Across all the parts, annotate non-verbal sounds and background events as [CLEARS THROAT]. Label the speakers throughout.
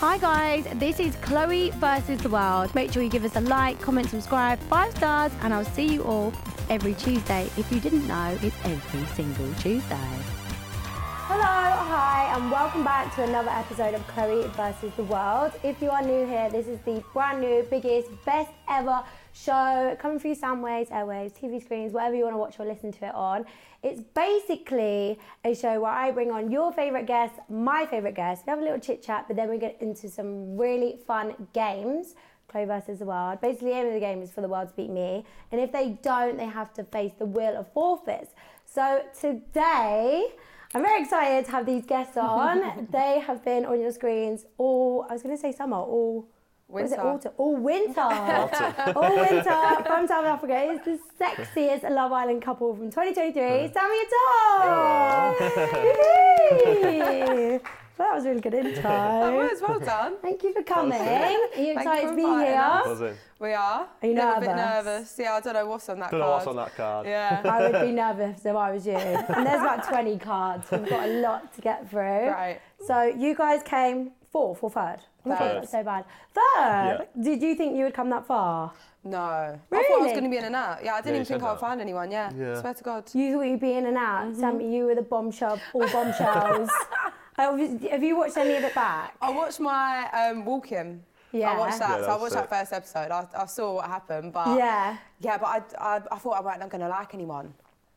Speaker 1: Hi guys, this is Chloe versus the world. Make sure you give us a like, comment, subscribe, five stars, and I'll see you all every Tuesday. If you didn't know, it's every single Tuesday. Hello, hi, and welcome back to another episode of Chloe versus the world. If you are new here, this is the brand new, biggest, best ever show coming through soundwaves, airwaves, TV screens, whatever you want to watch or listen to it on. It's basically a show where I bring on your favourite guests, my favourite guests. We have a little chit chat, but then we get into some really fun games. Chloe versus the world. Basically, the aim of the game is for the world to beat me, and if they don't, they have to face the wheel of forfeits. So today, I'm very excited to have these guests on.
Speaker 2: [LAUGHS]
Speaker 1: they have been on your screens all, I was going to say summer, all. what is it
Speaker 2: Winter.
Speaker 1: autumn? All
Speaker 2: [LAUGHS]
Speaker 1: winter. [LAUGHS] all winter from South Africa is the sexiest Love Island couple from 2023, Sammy and Tom. Woohoo! well, that was a really good
Speaker 2: That
Speaker 1: intro.
Speaker 2: was well done.
Speaker 1: Thank you for coming. Are you
Speaker 2: Thank you
Speaker 1: excited
Speaker 2: for
Speaker 1: to be
Speaker 2: inviting
Speaker 1: here?
Speaker 2: us.
Speaker 3: Buzzing.
Speaker 2: We are.
Speaker 1: you
Speaker 2: Little bit
Speaker 1: nervous?
Speaker 2: nervous. Yeah, I don't know what's on that
Speaker 3: Don't know
Speaker 2: card.
Speaker 3: what's on that
Speaker 1: [LAUGHS]
Speaker 3: card.
Speaker 2: Yeah.
Speaker 1: I would be nervous if I was you. And there's about 20 cards. We've got a lot to get through.
Speaker 2: Right.
Speaker 1: So you guys came fourth or third? Oh my God,
Speaker 2: Third.
Speaker 1: that's so bad. Third? Did you think you would come that far?
Speaker 2: No. I thought I
Speaker 1: Really?
Speaker 2: was going to be in and out. Yeah, I didn't
Speaker 3: Yeah, you
Speaker 2: even think
Speaker 3: said
Speaker 2: I'd
Speaker 3: that.
Speaker 2: find anyone. Yeah.
Speaker 3: Yeah.
Speaker 2: Swear to God.
Speaker 1: You thought you'd be in and out.
Speaker 2: Mm-hmm.
Speaker 1: Sam, you were the bombshell, all bombshells. I obviously- Have you watched any of it back?
Speaker 2: I watched my um, walk in.
Speaker 1: Yeah.
Speaker 2: I watched that. so
Speaker 3: Yeah,
Speaker 2: I
Speaker 3: that was
Speaker 2: watched that first episode. I, I saw what happened, but
Speaker 1: Yeah.
Speaker 2: yeah, but I, I, I thought I weren't going to like anyone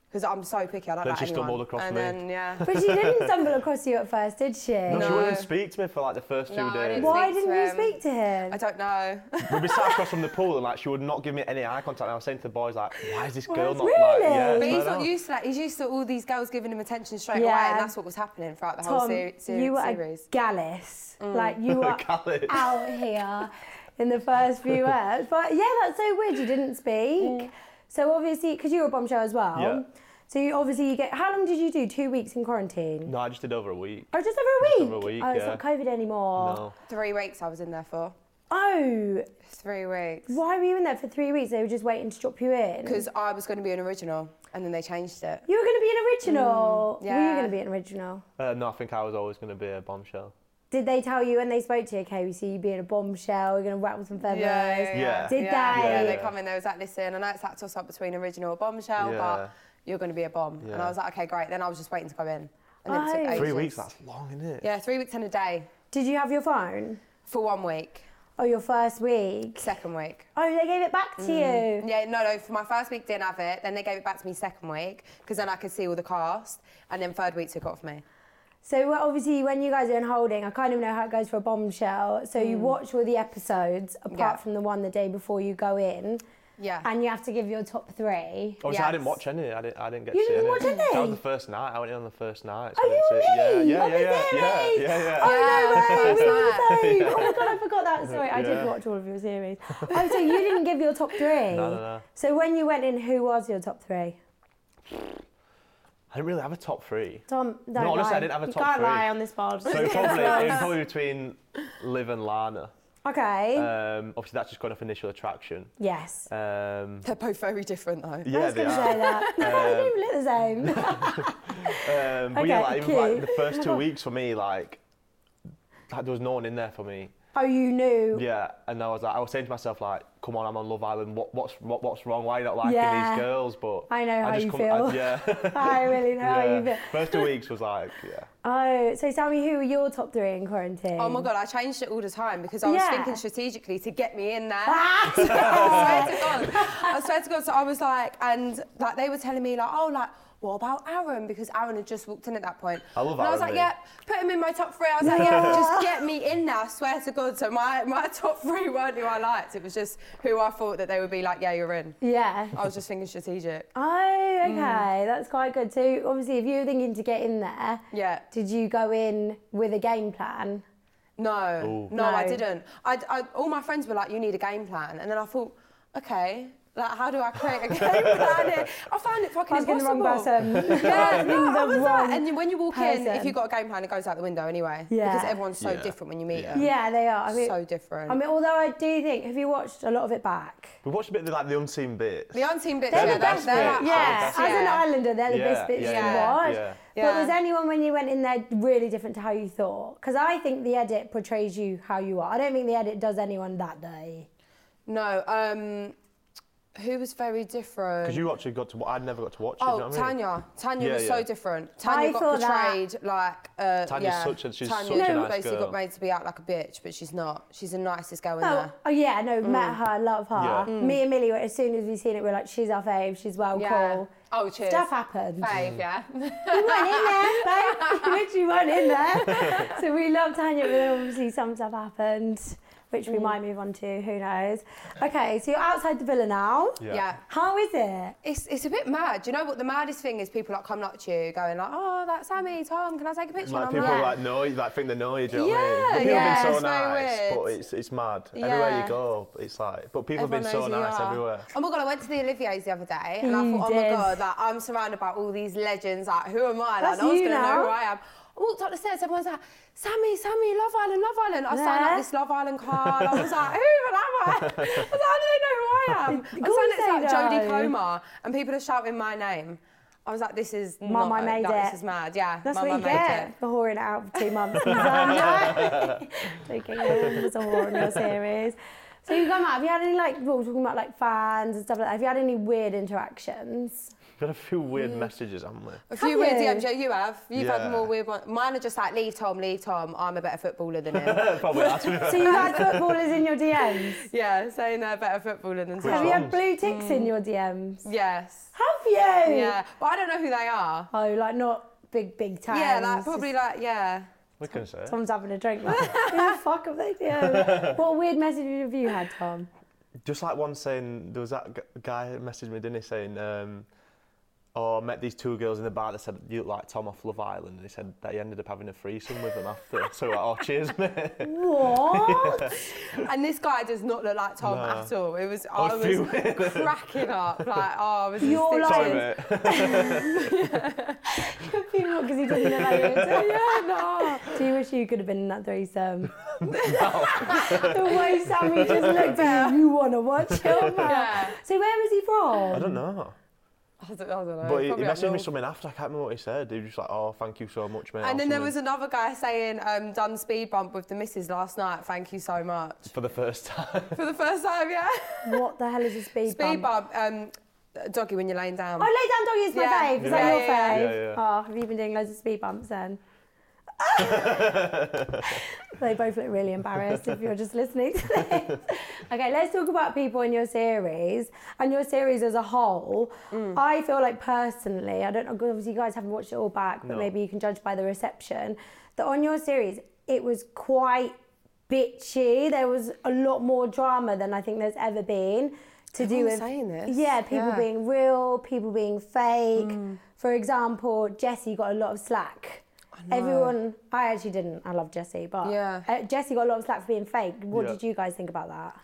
Speaker 2: because I'm so picky. I don't
Speaker 3: Then
Speaker 2: like
Speaker 3: she
Speaker 2: anyone.
Speaker 3: stumbled across
Speaker 2: and
Speaker 3: me.
Speaker 2: then yeah.
Speaker 1: But she didn't stumble across you at first, did she?
Speaker 3: No, she
Speaker 2: No.
Speaker 3: wouldn't speak to me for like the first two
Speaker 2: No, I
Speaker 3: days.
Speaker 2: didn't
Speaker 1: Why
Speaker 2: Speak to
Speaker 1: didn't you
Speaker 2: him.
Speaker 1: speak to him?
Speaker 2: I don't
Speaker 3: [LAUGHS]
Speaker 2: know.
Speaker 3: We'd be sat across from the pool and like she would not give me any eye contact. And I was saying to the boys like, why is this girl not
Speaker 1: Really?
Speaker 3: like? Yeah,
Speaker 2: But he's
Speaker 3: I
Speaker 2: not
Speaker 3: know.
Speaker 2: used to that. He's used to all these girls giving him attention straight away,
Speaker 1: Yeah.
Speaker 2: and that's what was happening throughout the whole
Speaker 1: Tom,
Speaker 2: seri- seri-
Speaker 1: you were
Speaker 2: series.
Speaker 1: a gallus. Like you
Speaker 3: [LAUGHS]
Speaker 1: were
Speaker 3: Gallus.
Speaker 1: out here in the first
Speaker 3: [LAUGHS]
Speaker 1: few words. But yeah, that's so weird. You didn't speak. So obviously, because you were a bombshell as well.
Speaker 3: Yeah.
Speaker 1: So you obviously you get. How long did you do? Two weeks in quarantine.
Speaker 3: No, I just did over a week.
Speaker 1: Oh, just over a
Speaker 3: Just
Speaker 1: week.
Speaker 3: over a week,
Speaker 1: oh, it's not
Speaker 3: yeah.
Speaker 1: COVID anymore.
Speaker 3: No.
Speaker 2: Three weeks I was in there for.
Speaker 1: Oh,
Speaker 2: Three weeks.
Speaker 1: why were you in there for three weeks? They were just waiting to drop you in.
Speaker 2: Because I was going to be an original, and then they changed it.
Speaker 1: you were going to be an original. Were you
Speaker 2: yeah.
Speaker 1: going to be an original?
Speaker 3: Uh, no, I think I was always going to be a bombshell.
Speaker 1: Did they tell you when they spoke to you? Okay, we see you being a bombshell. We're going to rattle some feathers.
Speaker 3: Yeah.
Speaker 1: Did
Speaker 2: yeah.
Speaker 1: they?
Speaker 2: Yeah, they
Speaker 3: Yeah.
Speaker 2: come in, they was like, listen, I know it's that toss up between original and bombshell,
Speaker 3: Yeah.
Speaker 2: but you're going to be a bomb. And I
Speaker 3: Yeah.
Speaker 2: was like, okay, great. Then I was just waiting to go in. And then it
Speaker 1: Oh.
Speaker 2: took
Speaker 3: Three
Speaker 2: ages.
Speaker 3: weeks, that's long, isn't it?
Speaker 2: Yeah, three weeks and a day
Speaker 1: Did you have your phone?
Speaker 2: for one week,
Speaker 1: Oh, your first week. Mm.
Speaker 2: second week.
Speaker 1: Oh, they gave it back to you.
Speaker 2: Yeah, no, no. For my first week, didn't have it. Then they gave it back to me second week because then I could see all the cast. And then third week took it off me.
Speaker 1: So well, obviously, when you guys are in holding, I kind of know how it goes for a bombshell. So you watch all the episodes apart
Speaker 2: Yeah.
Speaker 1: from the one the day before you go in,
Speaker 2: Yeah.
Speaker 1: and you have to give your top three.
Speaker 3: Obviously, I didn't
Speaker 2: Yes.
Speaker 3: watch any. I didn't. I didn't get
Speaker 1: You
Speaker 3: to see
Speaker 1: didn't
Speaker 3: any.
Speaker 1: watch any?
Speaker 3: That was the first night. I went in on the first night. so
Speaker 1: Oh,
Speaker 3: I
Speaker 1: you
Speaker 3: didn't see-
Speaker 1: were me?
Speaker 3: Yeah,
Speaker 1: On
Speaker 3: yeah,
Speaker 1: the
Speaker 3: yeah, yeah,
Speaker 1: series?
Speaker 3: yeah, yeah.
Speaker 1: Oh no way!
Speaker 2: Yeah,
Speaker 1: We were the
Speaker 2: that's right.
Speaker 3: [LAUGHS]
Speaker 1: same. Oh my god, I forgot that. Sorry, I did
Speaker 3: Yeah.
Speaker 1: watch all of your
Speaker 3: [LAUGHS]
Speaker 1: series. Oh, so you didn't give your top three.
Speaker 3: No, no, no.
Speaker 1: So when you went in, who was your top three?
Speaker 3: I didn't really have a top three.
Speaker 1: Tom, don't
Speaker 3: No,
Speaker 1: lie.
Speaker 3: honestly, I didn't have a
Speaker 1: you
Speaker 3: top
Speaker 1: can't
Speaker 3: three.
Speaker 1: lie on this pod. [LAUGHS]
Speaker 3: So probably, it was probably between Liv and Lana.
Speaker 1: okay.
Speaker 3: Um, obviously, that's just going off initial attraction.
Speaker 1: yes.
Speaker 3: Um,
Speaker 2: They're both very different, though.
Speaker 1: I
Speaker 3: yeah,
Speaker 1: was
Speaker 3: they
Speaker 1: going to say
Speaker 3: are. [LAUGHS]
Speaker 1: that. [LAUGHS] No, you didn't even look the same. [LAUGHS]
Speaker 3: Um, but
Speaker 1: Okay,
Speaker 3: yeah, like, even, like,
Speaker 1: cute.
Speaker 3: the first
Speaker 1: [LAUGHS]
Speaker 3: two weeks for me, like, like, there was no one in there for me.
Speaker 1: Oh, you knew.
Speaker 3: [LAUGHS] Yeah, and I was like, I was saying to myself, like, come on, I'm on Love Island. What, what's what, what's wrong? Why are you not liking
Speaker 1: Yeah.
Speaker 3: these girls? But
Speaker 1: I know how you
Speaker 3: come-
Speaker 1: feel. [LAUGHS]
Speaker 3: I, yeah.
Speaker 1: I really know how you
Speaker 3: Yeah.
Speaker 1: feel.
Speaker 3: First
Speaker 1: [LAUGHS]
Speaker 3: two weeks was like, yeah.
Speaker 1: Oh, so tell me who were your top three in quarantine?
Speaker 2: Oh
Speaker 3: [LAUGHS]
Speaker 2: my god, I changed it all the time because I was
Speaker 1: Yeah.
Speaker 2: thinking strategically to get me in there. I
Speaker 1: Ah!
Speaker 2: swear to
Speaker 1: [LAUGHS]
Speaker 2: God. I swear to God. So I was like, and like they were telling me like, oh, like what about Aaron? Because Aaron had just walked in at that point.
Speaker 3: I love
Speaker 2: And I was like,
Speaker 3: Aaron,
Speaker 2: yeah, put him in my top three. I was like,
Speaker 3: [LAUGHS]
Speaker 2: yeah, just get me in there. I swear to God. So my my top three weren't who I liked. It was just who I thought that they would be like, yeah, you're in.
Speaker 1: [LAUGHS] yeah.
Speaker 2: I was just thinking strategic.
Speaker 1: Oh,
Speaker 2: Mm.
Speaker 1: okay. That's quite good. So obviously if you were thinking to get in there,
Speaker 2: Yeah.
Speaker 1: did you go in with a game plan?
Speaker 2: No, no,
Speaker 4: No.
Speaker 2: I didn't. I, I, all my friends were like, you need a game plan. And then I thought, okay, like, how do I create a [LAUGHS] game plan? here? I found it fucking
Speaker 1: Asking the wrong [LAUGHS]
Speaker 2: impossible.
Speaker 1: person.
Speaker 2: Yeah,
Speaker 1: Asking
Speaker 2: no,
Speaker 1: um, the
Speaker 2: I was like,
Speaker 1: wrong
Speaker 2: and you- when you walk in, if
Speaker 1: person.
Speaker 2: you've got a game plan, it goes out the window anyway.
Speaker 1: Yeah.
Speaker 2: Because everyone's so
Speaker 5: Yeah.
Speaker 2: different when you meet
Speaker 5: Yeah.
Speaker 2: them.
Speaker 1: Yeah, they are. I mean,
Speaker 2: so different.
Speaker 1: I mean, although I do think, have you watched a lot of it back?
Speaker 3: We watched a bit of the, like the unseen bits.
Speaker 2: the unseen bits,
Speaker 1: They're
Speaker 2: yeah,
Speaker 1: the
Speaker 2: they're,
Speaker 1: best
Speaker 2: they're
Speaker 3: bit.
Speaker 2: like
Speaker 1: Yeah,
Speaker 2: us,
Speaker 1: as an islander, they're the
Speaker 3: Yeah,
Speaker 1: best bits
Speaker 3: yeah,
Speaker 1: to
Speaker 2: yeah,
Speaker 1: watch.
Speaker 3: yeah.
Speaker 1: But
Speaker 2: Yeah.
Speaker 1: was anyone when you went in there really different to how you thought? Because I think the edit portrays you how you are. I don't think the edit does anyone that day.
Speaker 2: No, um, who was very different?
Speaker 3: Because you actually got to. wa- I'd never got to watch it.
Speaker 2: Oh,
Speaker 3: do you know what I mean?
Speaker 2: Tanya. Tanya
Speaker 3: Yeah,
Speaker 2: was
Speaker 3: yeah.
Speaker 2: so different. Tanya
Speaker 1: I
Speaker 2: got
Speaker 1: thought that-
Speaker 2: portrayed like. Uh,
Speaker 3: Tanya's
Speaker 2: yeah.
Speaker 3: such a- she's
Speaker 2: Tanya
Speaker 3: such a nice
Speaker 2: basically
Speaker 3: girl.
Speaker 2: got made to be out like a bitch, but she's not. She's the nicest girl in
Speaker 1: Oh,
Speaker 2: there.
Speaker 1: oh yeah,
Speaker 2: Mm.
Speaker 1: no, met her, love her.
Speaker 3: Yeah. Mm.
Speaker 1: Me and Millie, were- as soon as we seen it, we are like, she's our fave, she's well
Speaker 2: Yeah.
Speaker 1: cool.
Speaker 2: Oh, cheers.
Speaker 1: Stuff happened.
Speaker 2: Fave, yeah.
Speaker 1: [LAUGHS] You weren't in there, babe. You literally weren't in there. So we loved Tanya, but then obviously some stuff happened, which
Speaker 2: Mm.
Speaker 1: we might move on to, who knows. Okay, so you're outside the villa now.
Speaker 2: yeah.
Speaker 1: How is it?
Speaker 2: [LAUGHS] It's, it's a bit mad. Do you know what the maddest thing is? People like coming up to you going like, oh, that's Sammy, Tom, can I take a picture?
Speaker 3: Like
Speaker 2: and I'm
Speaker 3: people
Speaker 2: like,
Speaker 3: like know you, like think they know you. Do you know what I mean?
Speaker 2: Yeah, yeah,
Speaker 3: But People have been so
Speaker 2: it's very
Speaker 3: nice, but
Speaker 2: weird.
Speaker 3: it's it's mad. Everywhere
Speaker 2: Yeah.
Speaker 3: you go, it's like. But people
Speaker 2: Everyone
Speaker 3: have been so
Speaker 2: knows who you
Speaker 3: nice
Speaker 2: are.
Speaker 3: everywhere.
Speaker 2: Oh my god, I went to the Olivier's the other day and
Speaker 1: You
Speaker 2: I thought, oh
Speaker 1: did.
Speaker 2: my god, like, I'm surrounded by all these legends. Like, who am I? Like,
Speaker 1: That's
Speaker 2: no one's
Speaker 1: you
Speaker 2: gonna know
Speaker 1: now.
Speaker 2: who I am. I walked up the stairs, everyone's like, Sammy, Sammy, Love Island, Love Island. I signed
Speaker 1: Yeah.
Speaker 2: up this Love Island card. I was like, who am I? I was like, how do they know who
Speaker 1: [LAUGHS] course
Speaker 2: I am? I signed
Speaker 1: they
Speaker 2: up it's like Jodie
Speaker 1: know.
Speaker 2: Comer and people are shouting my name. I was like, this is
Speaker 1: Mum,
Speaker 2: not,
Speaker 1: I made
Speaker 2: like,
Speaker 1: it.
Speaker 2: This is mad, yeah.
Speaker 1: That's
Speaker 2: Mum,
Speaker 1: what
Speaker 2: I
Speaker 1: you
Speaker 2: made
Speaker 1: get
Speaker 2: it.
Speaker 1: for whoring it out for two
Speaker 2: [LAUGHS]
Speaker 1: months. [LAUGHS] No. Joking, no one was a whore in your series. So you've gone out. Have you had any like, we were talking about like fans and stuff like that. Have you had any weird interactions?
Speaker 3: Got a few weird messages, haven't we?
Speaker 2: A few weird
Speaker 1: you?
Speaker 2: DMs, yeah, you have. You've
Speaker 3: Yeah.
Speaker 2: had more weird ones. Mine are just like, leave Tom, leave Tom. I'm a better footballer than him.
Speaker 3: Uh, Probably that's
Speaker 1: So you've had footballers in your DMs.
Speaker 2: Yeah, saying they're a better footballer than
Speaker 1: Have you
Speaker 2: Tom.
Speaker 1: had blue ticks in your DMs?
Speaker 2: Yes.
Speaker 1: Have you?
Speaker 2: Yeah, but I don't know who they are.
Speaker 1: Oh, like not big, big times.
Speaker 2: Yeah, like probably like yeah.
Speaker 3: [LAUGHS] we can say.
Speaker 1: Tom's having a drink.
Speaker 2: [LAUGHS]
Speaker 1: Like, who the fuck have they done? What weird messages have you had,
Speaker 2: [LAUGHS]
Speaker 1: Tom?
Speaker 3: Just like one saying, there was that g- guy that messaged me, didn't he, saying, um, oh, I met these two girls in the bar that said, you look like Tom off Love Island. And he said that he ended up having a threesome with them after. [LAUGHS] So, like, oh,
Speaker 2: [LAUGHS]
Speaker 3: cheers, mate.
Speaker 1: What?
Speaker 2: And this guy does not look like Tom
Speaker 3: Nah.
Speaker 2: at all. It was I,
Speaker 3: I was
Speaker 2: was cracking up
Speaker 3: [LAUGHS]
Speaker 2: like oh I was just
Speaker 1: You're
Speaker 2: thinking-
Speaker 1: like-
Speaker 3: Sorry,
Speaker 1: Sorry,
Speaker 3: mate.
Speaker 1: Because he doesn't know like you.
Speaker 2: [LAUGHS] yeah, no.
Speaker 1: Do you wish you could have been in that
Speaker 2: [LAUGHS]
Speaker 1: threesome? the way Sammy just looked at you, you want to
Speaker 2: [LAUGHS]
Speaker 1: watch it.
Speaker 2: Yeah.
Speaker 1: So where was he
Speaker 3: I
Speaker 1: from?
Speaker 3: don't know.
Speaker 2: I don't, I don't know.
Speaker 3: But he, he
Speaker 2: probably up
Speaker 3: messaged me
Speaker 2: north.
Speaker 3: something after. I can't remember what he said. He was just like, oh, thank you so much, mate.
Speaker 2: And
Speaker 3: or
Speaker 2: then there was
Speaker 3: something,
Speaker 2: another guy saying, um, done speed bump with the missus last night. Thank you so much.
Speaker 3: For the first time.
Speaker 2: For the first time, yeah.
Speaker 1: What the hell is a speed,
Speaker 2: speed
Speaker 1: bump?
Speaker 2: bump, um, doggy when you're laying down.
Speaker 1: Oh, lay down doggy is my
Speaker 2: Yeah.
Speaker 1: fave. Is that
Speaker 2: Yeah,
Speaker 1: your
Speaker 2: yeah,
Speaker 3: yeah.
Speaker 1: fave?
Speaker 3: Yeah,
Speaker 1: Oh, have you been doing loads of speed bumps then? they both look really embarrassed if you're just listening to this. okay, let's talk about people in your series and your series as a whole.
Speaker 2: Mm.
Speaker 1: I feel like personally, I don't know, obviously you guys haven't watched it all back, but
Speaker 3: No.
Speaker 1: maybe you can judge by the reception, that on your series, it was quite bitchy. There was a lot more drama than I think there's ever been to do
Speaker 2: Everyone's
Speaker 1: with
Speaker 2: saying this.
Speaker 1: yeah, people
Speaker 2: Yeah.
Speaker 1: being real, people being fake.
Speaker 2: Mm.
Speaker 1: For example, Jessie got a lot of slack. Everyone, I actually didn't. I love Jessie, but
Speaker 2: Yeah.
Speaker 1: uh, Jessie got a lot of slack for being fake. What
Speaker 3: Yeah.
Speaker 1: did you guys think about that?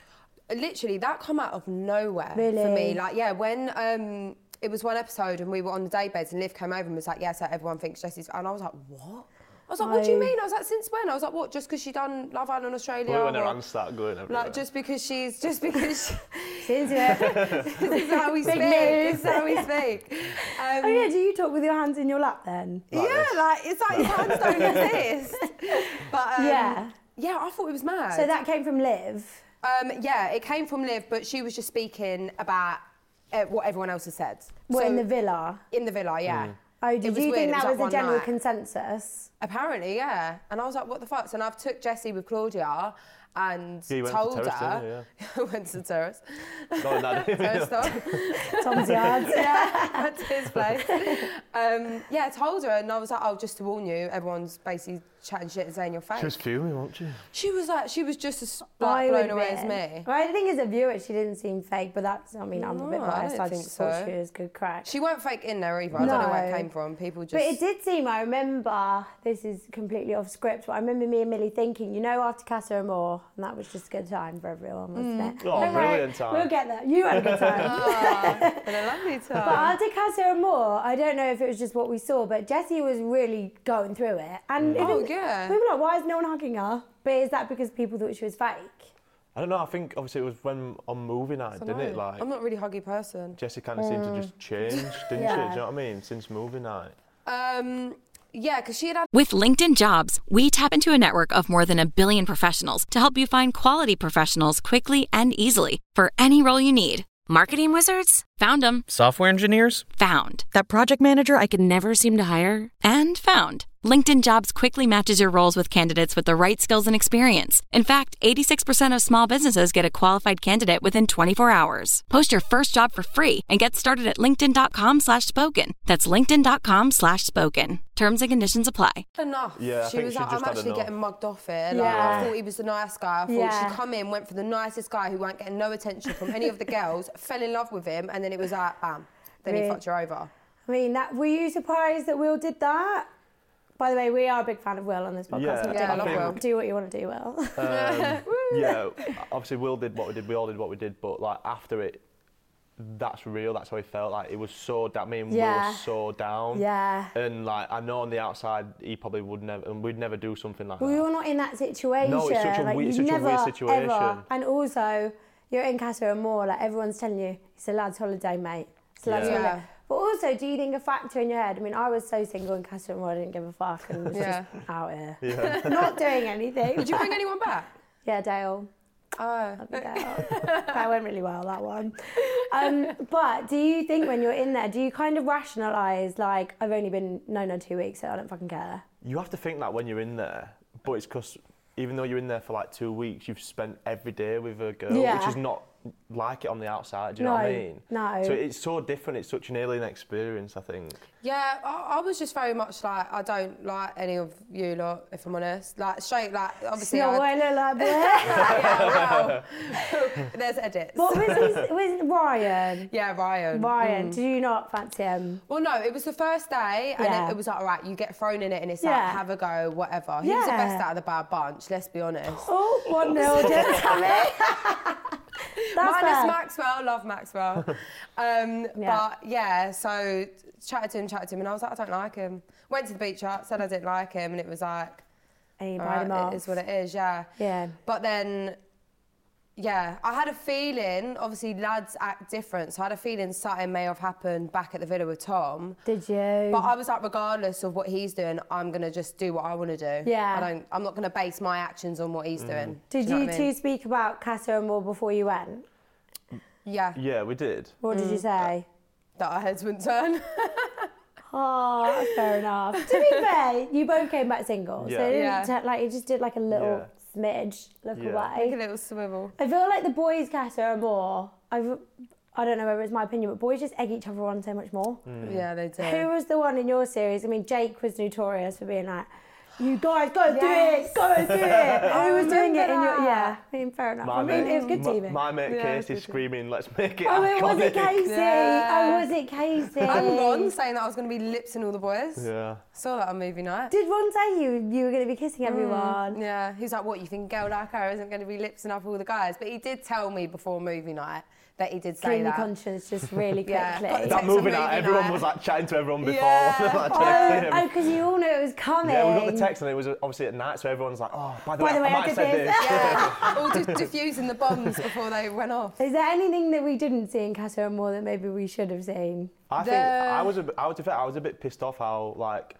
Speaker 2: literally that come out of nowhere for
Speaker 1: Really?
Speaker 2: me like yeah when um it was one episode and we were on the day beds and liv came over and was like yeah so everyone thinks jesse's and i was like what i was like what do you
Speaker 1: No.
Speaker 2: mean i was like since when i was like what just because she done love island australia
Speaker 3: But [LAUGHS] when her
Speaker 2: or-
Speaker 3: hands start going everywhere.
Speaker 2: like just because she's just because she,
Speaker 1: Since it.
Speaker 2: [LAUGHS] this is how we speak this is how we speak um,
Speaker 1: [LAUGHS] oh yeah, do you talk with your hands in your lap then?
Speaker 2: yeah like it's like his hands don't exist but um,
Speaker 1: Yeah.
Speaker 2: yeah yeah i thought it was mad
Speaker 1: So that came from Liv.
Speaker 2: Um, yeah, it came from Liv, but she was just speaking about uh, what everyone else has said.
Speaker 1: What
Speaker 2: So-
Speaker 1: in the villa?
Speaker 2: In the villa,
Speaker 3: Mm.
Speaker 2: yeah.
Speaker 1: Oh,
Speaker 2: It
Speaker 1: did
Speaker 2: was
Speaker 1: you
Speaker 2: weird,
Speaker 1: think
Speaker 2: it
Speaker 1: that
Speaker 2: like
Speaker 1: was,
Speaker 2: one
Speaker 1: the general
Speaker 2: night.
Speaker 1: consensus?
Speaker 2: [LAUGHS] Apparently, yeah. And I was like, what the fuck? And I've took Jessie with Claudia, and
Speaker 3: Yeah, you went to
Speaker 2: told
Speaker 3: terrace, didn't
Speaker 2: her. [LAUGHS] I went to the terrace.
Speaker 3: No,
Speaker 2: [LAUGHS]
Speaker 3: no, [LAUGHS]
Speaker 2: Terrace stop. [LAUGHS]
Speaker 1: Tom's yards.
Speaker 2: yeah, at his place. Um, yeah, I told her, and I was like, "Oh, just to warn you, everyone's basically chatting shit and saying your face."
Speaker 3: she was fuming, wasn't she?
Speaker 2: She was like, she was just as
Speaker 1: I
Speaker 2: like,
Speaker 1: would
Speaker 2: blown away as
Speaker 1: be.
Speaker 2: me.
Speaker 1: Well, I think as a viewer, she didn't seem fake, but that's, I mean, I'm a bit
Speaker 2: No, I
Speaker 1: biased. I,
Speaker 2: don't
Speaker 1: just
Speaker 2: think
Speaker 1: thought
Speaker 2: so.
Speaker 1: she was good crack.
Speaker 2: She weren't fake in there either. I don't know where it
Speaker 1: No.
Speaker 2: came from. People just.
Speaker 1: But it did seem, I remember, this is completely off script, but I remember me and Millie thinking, you know, after Casa Amor, and that was just a good time for everyone, wasn't it?
Speaker 3: Oh,
Speaker 1: Don't worry,
Speaker 3: brilliant time.
Speaker 1: We'll get there. You had a
Speaker 3: [LAUGHS]
Speaker 1: good time.
Speaker 2: Ah, and a lovely time.
Speaker 1: But after Casa Amor, I don't know if it was just what we saw, but Jessie was really going through it. And
Speaker 3: Mm.
Speaker 1: it
Speaker 2: Oh,
Speaker 1: was-
Speaker 2: yeah.
Speaker 1: we were like, why is no one hugging her? But is that because people thought she was fake?
Speaker 3: I don't know. I think obviously it was when on movie night, didn't it? Like
Speaker 2: I'm not a really huggy person.
Speaker 3: Jessie kind of seemed to just
Speaker 1: [LAUGHS]
Speaker 3: change, didn't she? Do
Speaker 1: Mm. Yeah.
Speaker 3: you know what I mean? Since movie night.
Speaker 2: Um, yeah, because she had had
Speaker 5: With LinkedIn Jobs, we tap into a network of more than a billion professionals to help you find quality professionals quickly and easily for any role you need. Marketing wizards? Found them.
Speaker 6: Software engineers?
Speaker 5: Found.
Speaker 7: That project manager I could never seem to hire?
Speaker 5: and found. LinkedIn Jobs quickly matches your roles with candidates with the right skills and experience. In fact, 86% of small businesses get a qualified candidate within 24 hours. Post your first job for free and get started at linkedin.com slash spoken. That's linkedin.com slash spoken. Terms and conditions apply.
Speaker 2: enough.
Speaker 3: Yeah, I
Speaker 2: she
Speaker 3: think
Speaker 2: was
Speaker 3: she
Speaker 2: like,
Speaker 3: just
Speaker 2: I'm
Speaker 3: had
Speaker 2: actually
Speaker 3: enough.
Speaker 2: getting mugged off here. Like,
Speaker 1: Yeah.
Speaker 2: I thought he was the nice guy. I thought
Speaker 1: Yeah.
Speaker 2: she'd come in, went for the nicest guy who weren't getting no attention from any of the girls, [LAUGHS] fell in love with him, and then it was like, bam. Then
Speaker 1: Really?
Speaker 2: he fucked her over.
Speaker 1: I mean, that, were you surprised that Will did that? By the way, we are a big fan of Will on this podcast.
Speaker 3: Yeah,
Speaker 1: We
Speaker 2: Yeah, I
Speaker 1: do.
Speaker 2: love Will.
Speaker 1: Do what you want to do, Will.
Speaker 3: Um, yeah, obviously Will did what we did. We all did what we did, but like after it, that's real. That's how he felt. Like it was so down. Me and Will
Speaker 1: Yeah.
Speaker 3: were so down.
Speaker 1: Yeah.
Speaker 3: And like I know on the outside he probably would never, and we'd never do something like
Speaker 1: Well,
Speaker 3: that.
Speaker 1: you're not in that situation.
Speaker 3: No, it's such a
Speaker 1: like,
Speaker 3: wei-
Speaker 1: you
Speaker 3: such a weird
Speaker 1: never,
Speaker 3: situation.
Speaker 1: Ever. And also, you're in Casa Amor, like everyone's telling you, it's a lad's holiday, mate. It's a lad's
Speaker 3: Yeah.
Speaker 2: Yeah.
Speaker 1: holiday. But also, do you think a factor in your head? I mean, I was so single in Casa Amor, I didn't give a fuck and was
Speaker 2: Yeah.
Speaker 1: just out here. [LAUGHS] not doing anything.
Speaker 2: Did you bring anyone back?
Speaker 1: Yeah, Dale.
Speaker 2: Oh.
Speaker 1: Love you, Dale. that went really well, that one. Um, but do you think when you're in there, do you kind of rationalise, like, I've only been known her two weeks, so I don't fucking care?
Speaker 3: You have to think that when you're in there, but it's because even though you're in there for like two weeks, you've spent every day with a girl, which
Speaker 1: Yeah.
Speaker 3: is not like it on the outside. Do you know what I
Speaker 1: No,
Speaker 3: mean?
Speaker 1: no.
Speaker 3: So it's so different. It's such an alien experience. I think.
Speaker 2: [LAUGHS] Yeah, I, I was just very much like, I don't like any of you lot, if I'm honest. Like, straight, like, obviously.
Speaker 1: Not
Speaker 2: I,
Speaker 1: what I look like, but-
Speaker 2: [LAUGHS] yeah,
Speaker 3: [LAUGHS]
Speaker 2: wow. [LAUGHS] There's edits.
Speaker 1: What was his, was Ryan?
Speaker 2: Yeah, Ryan.
Speaker 1: Ryan, do you not fancy him?
Speaker 2: Well, no, it was the first day, and
Speaker 1: Yeah.
Speaker 2: it, it was like, all right, you get thrown in it, and it's
Speaker 1: Yeah.
Speaker 2: like, have a go, whatever. He was the
Speaker 1: Yeah.
Speaker 2: best out of the bad bunch, let's be honest.
Speaker 1: Oh, one nil, just come in. [GASPS] [LAUGHS] That's
Speaker 2: Minus
Speaker 1: fair.
Speaker 2: Maxwell, love Maxwell. um,
Speaker 1: Yeah.
Speaker 2: But yeah, so chatted to him, chatted to him, and I was like, I don't like him. Went to the beach hut, said I didn't like him, and it was like,
Speaker 1: And he
Speaker 2: all
Speaker 1: bought him
Speaker 2: right,
Speaker 1: off.
Speaker 2: Uh, it is what it is, yeah.
Speaker 1: Yeah.
Speaker 2: But then, yeah, I had a feeling, obviously, lads act different, so I had a feeling something may have happened back at the villa with Tom.
Speaker 1: Did you?
Speaker 2: But I was like, regardless of what he's doing, I'm gonna just do what I want to do.
Speaker 1: Yeah.
Speaker 2: I don't. I'm not gonna base my actions on what he's doing. Do
Speaker 1: did
Speaker 2: know
Speaker 1: you
Speaker 2: what I
Speaker 1: two
Speaker 2: mean?
Speaker 1: speak about Casa and Moore before you went?
Speaker 2: Yeah.
Speaker 3: Yeah, we did.
Speaker 1: What
Speaker 2: Mm.
Speaker 1: did you say?
Speaker 2: That our heads
Speaker 1: [LAUGHS]
Speaker 2: wouldn't turn.
Speaker 1: Oh, that's fair enough. to be fair, you both came back single, so
Speaker 3: Yeah.
Speaker 1: it didn't
Speaker 2: Yeah.
Speaker 1: turn- like you just did like a little
Speaker 3: Yeah.
Speaker 1: smidge look
Speaker 3: Yeah.
Speaker 2: Like a
Speaker 1: away.
Speaker 2: little swivel.
Speaker 1: I feel like the boys Casa are more. I've, I don't know whether it's my opinion, but boys just egg each other on so much more.
Speaker 2: Yeah, they do.
Speaker 1: Who was the one in your series? I mean, Jake was notorious for being like, "You guys go
Speaker 2: Yes.
Speaker 1: do it, go do
Speaker 3: [LAUGHS]
Speaker 1: it." Who was doing it in your?
Speaker 2: remember
Speaker 1: Yeah,
Speaker 2: that.
Speaker 1: I mean, fair enough. I mean, it was good
Speaker 3: my,
Speaker 1: TV.
Speaker 3: My mate
Speaker 2: Yeah, it was
Speaker 3: Casey
Speaker 2: good
Speaker 3: screaming, "Let's make it!"
Speaker 1: oh, it was it
Speaker 3: iconic."
Speaker 1: Casey.
Speaker 2: Yeah.
Speaker 1: Oh, was it
Speaker 3: [LAUGHS]
Speaker 1: Casey?
Speaker 2: And Ron saying that I was gonna be lips and all the boys.
Speaker 3: Yeah.
Speaker 2: Saw that on movie night.
Speaker 1: Did Ron say you you were going to be kissing
Speaker 3: Mm.
Speaker 1: everyone?
Speaker 2: yeah, he's like, "What you think, a girl like her isn't going to be lipsing up all the guys?" But he did tell me before movie night that he did say
Speaker 1: Clean your
Speaker 2: that.
Speaker 1: conscience
Speaker 3: [LAUGHS]
Speaker 1: just really
Speaker 2: Yeah.
Speaker 1: quickly.
Speaker 2: Got
Speaker 3: That
Speaker 2: It's a
Speaker 3: movie
Speaker 2: movie
Speaker 3: night, everyone
Speaker 2: night.
Speaker 3: was like chatting to everyone before.
Speaker 2: Yeah.
Speaker 3: [LAUGHS] like, trying to
Speaker 1: Oh,
Speaker 3: clear
Speaker 1: because you all knew it was coming.
Speaker 3: Yeah, we got the text and it was obviously at night, so everyone's like, "Oh, by the
Speaker 1: By
Speaker 3: way,
Speaker 1: the way,
Speaker 3: I
Speaker 1: I
Speaker 3: might
Speaker 1: did
Speaker 3: have said
Speaker 1: this."
Speaker 3: this."
Speaker 2: yeah, all just diffusing the bombs before they went off.
Speaker 1: Is there anything that we didn't see in Casa Amor that maybe we should have seen?
Speaker 3: I think
Speaker 2: The-
Speaker 3: I was a bit, I was, a bit- I was a bit pissed off how like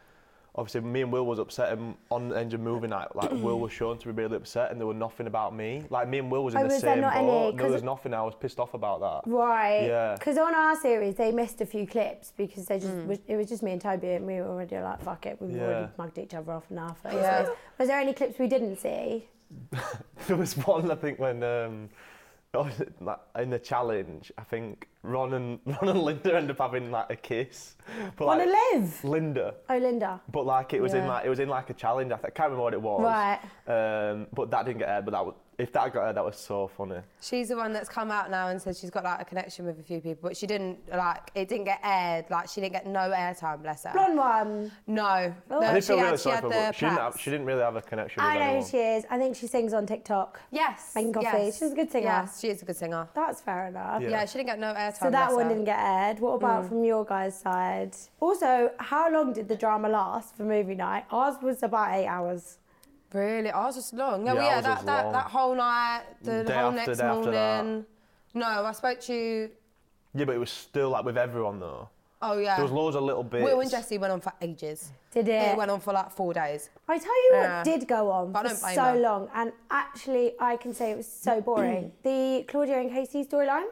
Speaker 3: obviously me and Will was upset and on engine movie night like Will was shown to be really upset and there were nothing about me like me and Will was in
Speaker 1: Oh,
Speaker 3: the
Speaker 1: was there
Speaker 3: same
Speaker 1: not any?
Speaker 3: boat no
Speaker 1: 'Cause-
Speaker 3: there's nothing I was pissed off about that
Speaker 1: Right.
Speaker 3: Yeah.
Speaker 1: Because on our series, they missed a few clips because they just
Speaker 2: Hmm.
Speaker 1: was, it was just me and Toby, and we were already like, fuck it, we've
Speaker 3: Yeah.
Speaker 1: already mugged each other off enough.
Speaker 2: Yeah.
Speaker 1: Was there any clips we didn't see?
Speaker 3: [LAUGHS] there was one I think when um, [LAUGHS] like, in the challenge, I think Ron and [LAUGHS] Ron and Linda end up having like a kiss. But,
Speaker 1: Ron
Speaker 3: like,
Speaker 1: and Liv?
Speaker 3: Linda.
Speaker 1: Oh, Linda.
Speaker 3: But like it was in
Speaker 1: Yeah.
Speaker 3: like it was in like a challenge. I, th- I can't remember what it was.
Speaker 1: Right.
Speaker 3: Um, but that didn't get aired. But that was, if that got aired, that was so funny.
Speaker 2: She's the one that's come out now and said she's got like a connection with a few people, but she didn't like it didn't get aired. Like she didn't get no airtime, bless her.
Speaker 1: Blonde one.
Speaker 2: No, no
Speaker 3: I did
Speaker 2: she
Speaker 3: feel really
Speaker 2: had, she
Speaker 3: sorry
Speaker 2: had
Speaker 3: for her,
Speaker 2: the
Speaker 3: but she didn't, have,
Speaker 2: plaits.
Speaker 3: she didn't really have a connection with
Speaker 1: I know
Speaker 3: anyone.
Speaker 1: who she is. I think she sings on TikTok.
Speaker 2: Yes,
Speaker 1: Making coffee.
Speaker 2: yes.
Speaker 1: She's a good singer.
Speaker 2: Yes, she is a good singer.
Speaker 1: That's fair enough.
Speaker 2: Yeah, she didn't get no airtime.
Speaker 1: So that
Speaker 2: bless
Speaker 1: one
Speaker 2: her.
Speaker 1: didn't get aired. What about
Speaker 2: Hmm.
Speaker 1: from your guys' side? Also, how long did the drama last for movie night? Ours was about eight hours.
Speaker 2: Really? Ours was long. No,
Speaker 3: Yeah,
Speaker 2: yeah, yeah
Speaker 3: ours
Speaker 2: that,
Speaker 3: was
Speaker 2: that,
Speaker 3: long.
Speaker 2: that whole night, the
Speaker 3: Day
Speaker 2: whole
Speaker 3: after-
Speaker 2: next
Speaker 3: day after that.
Speaker 2: morning. No, I spoke to you.
Speaker 3: Yeah, but it was still like with everyone though.
Speaker 2: Oh, yeah.
Speaker 3: There was loads of little bits.
Speaker 2: Will and Jesse went on for ages.
Speaker 1: Did it?
Speaker 2: It went on for like four days.
Speaker 1: I tell you
Speaker 2: Yeah.
Speaker 1: what did go on
Speaker 2: I
Speaker 1: for
Speaker 2: don't blame
Speaker 1: so
Speaker 2: her.
Speaker 1: long, and actually, I can say it was so
Speaker 2: [CLEARS THROAT]
Speaker 1: boring. the Claudia and Casey storyline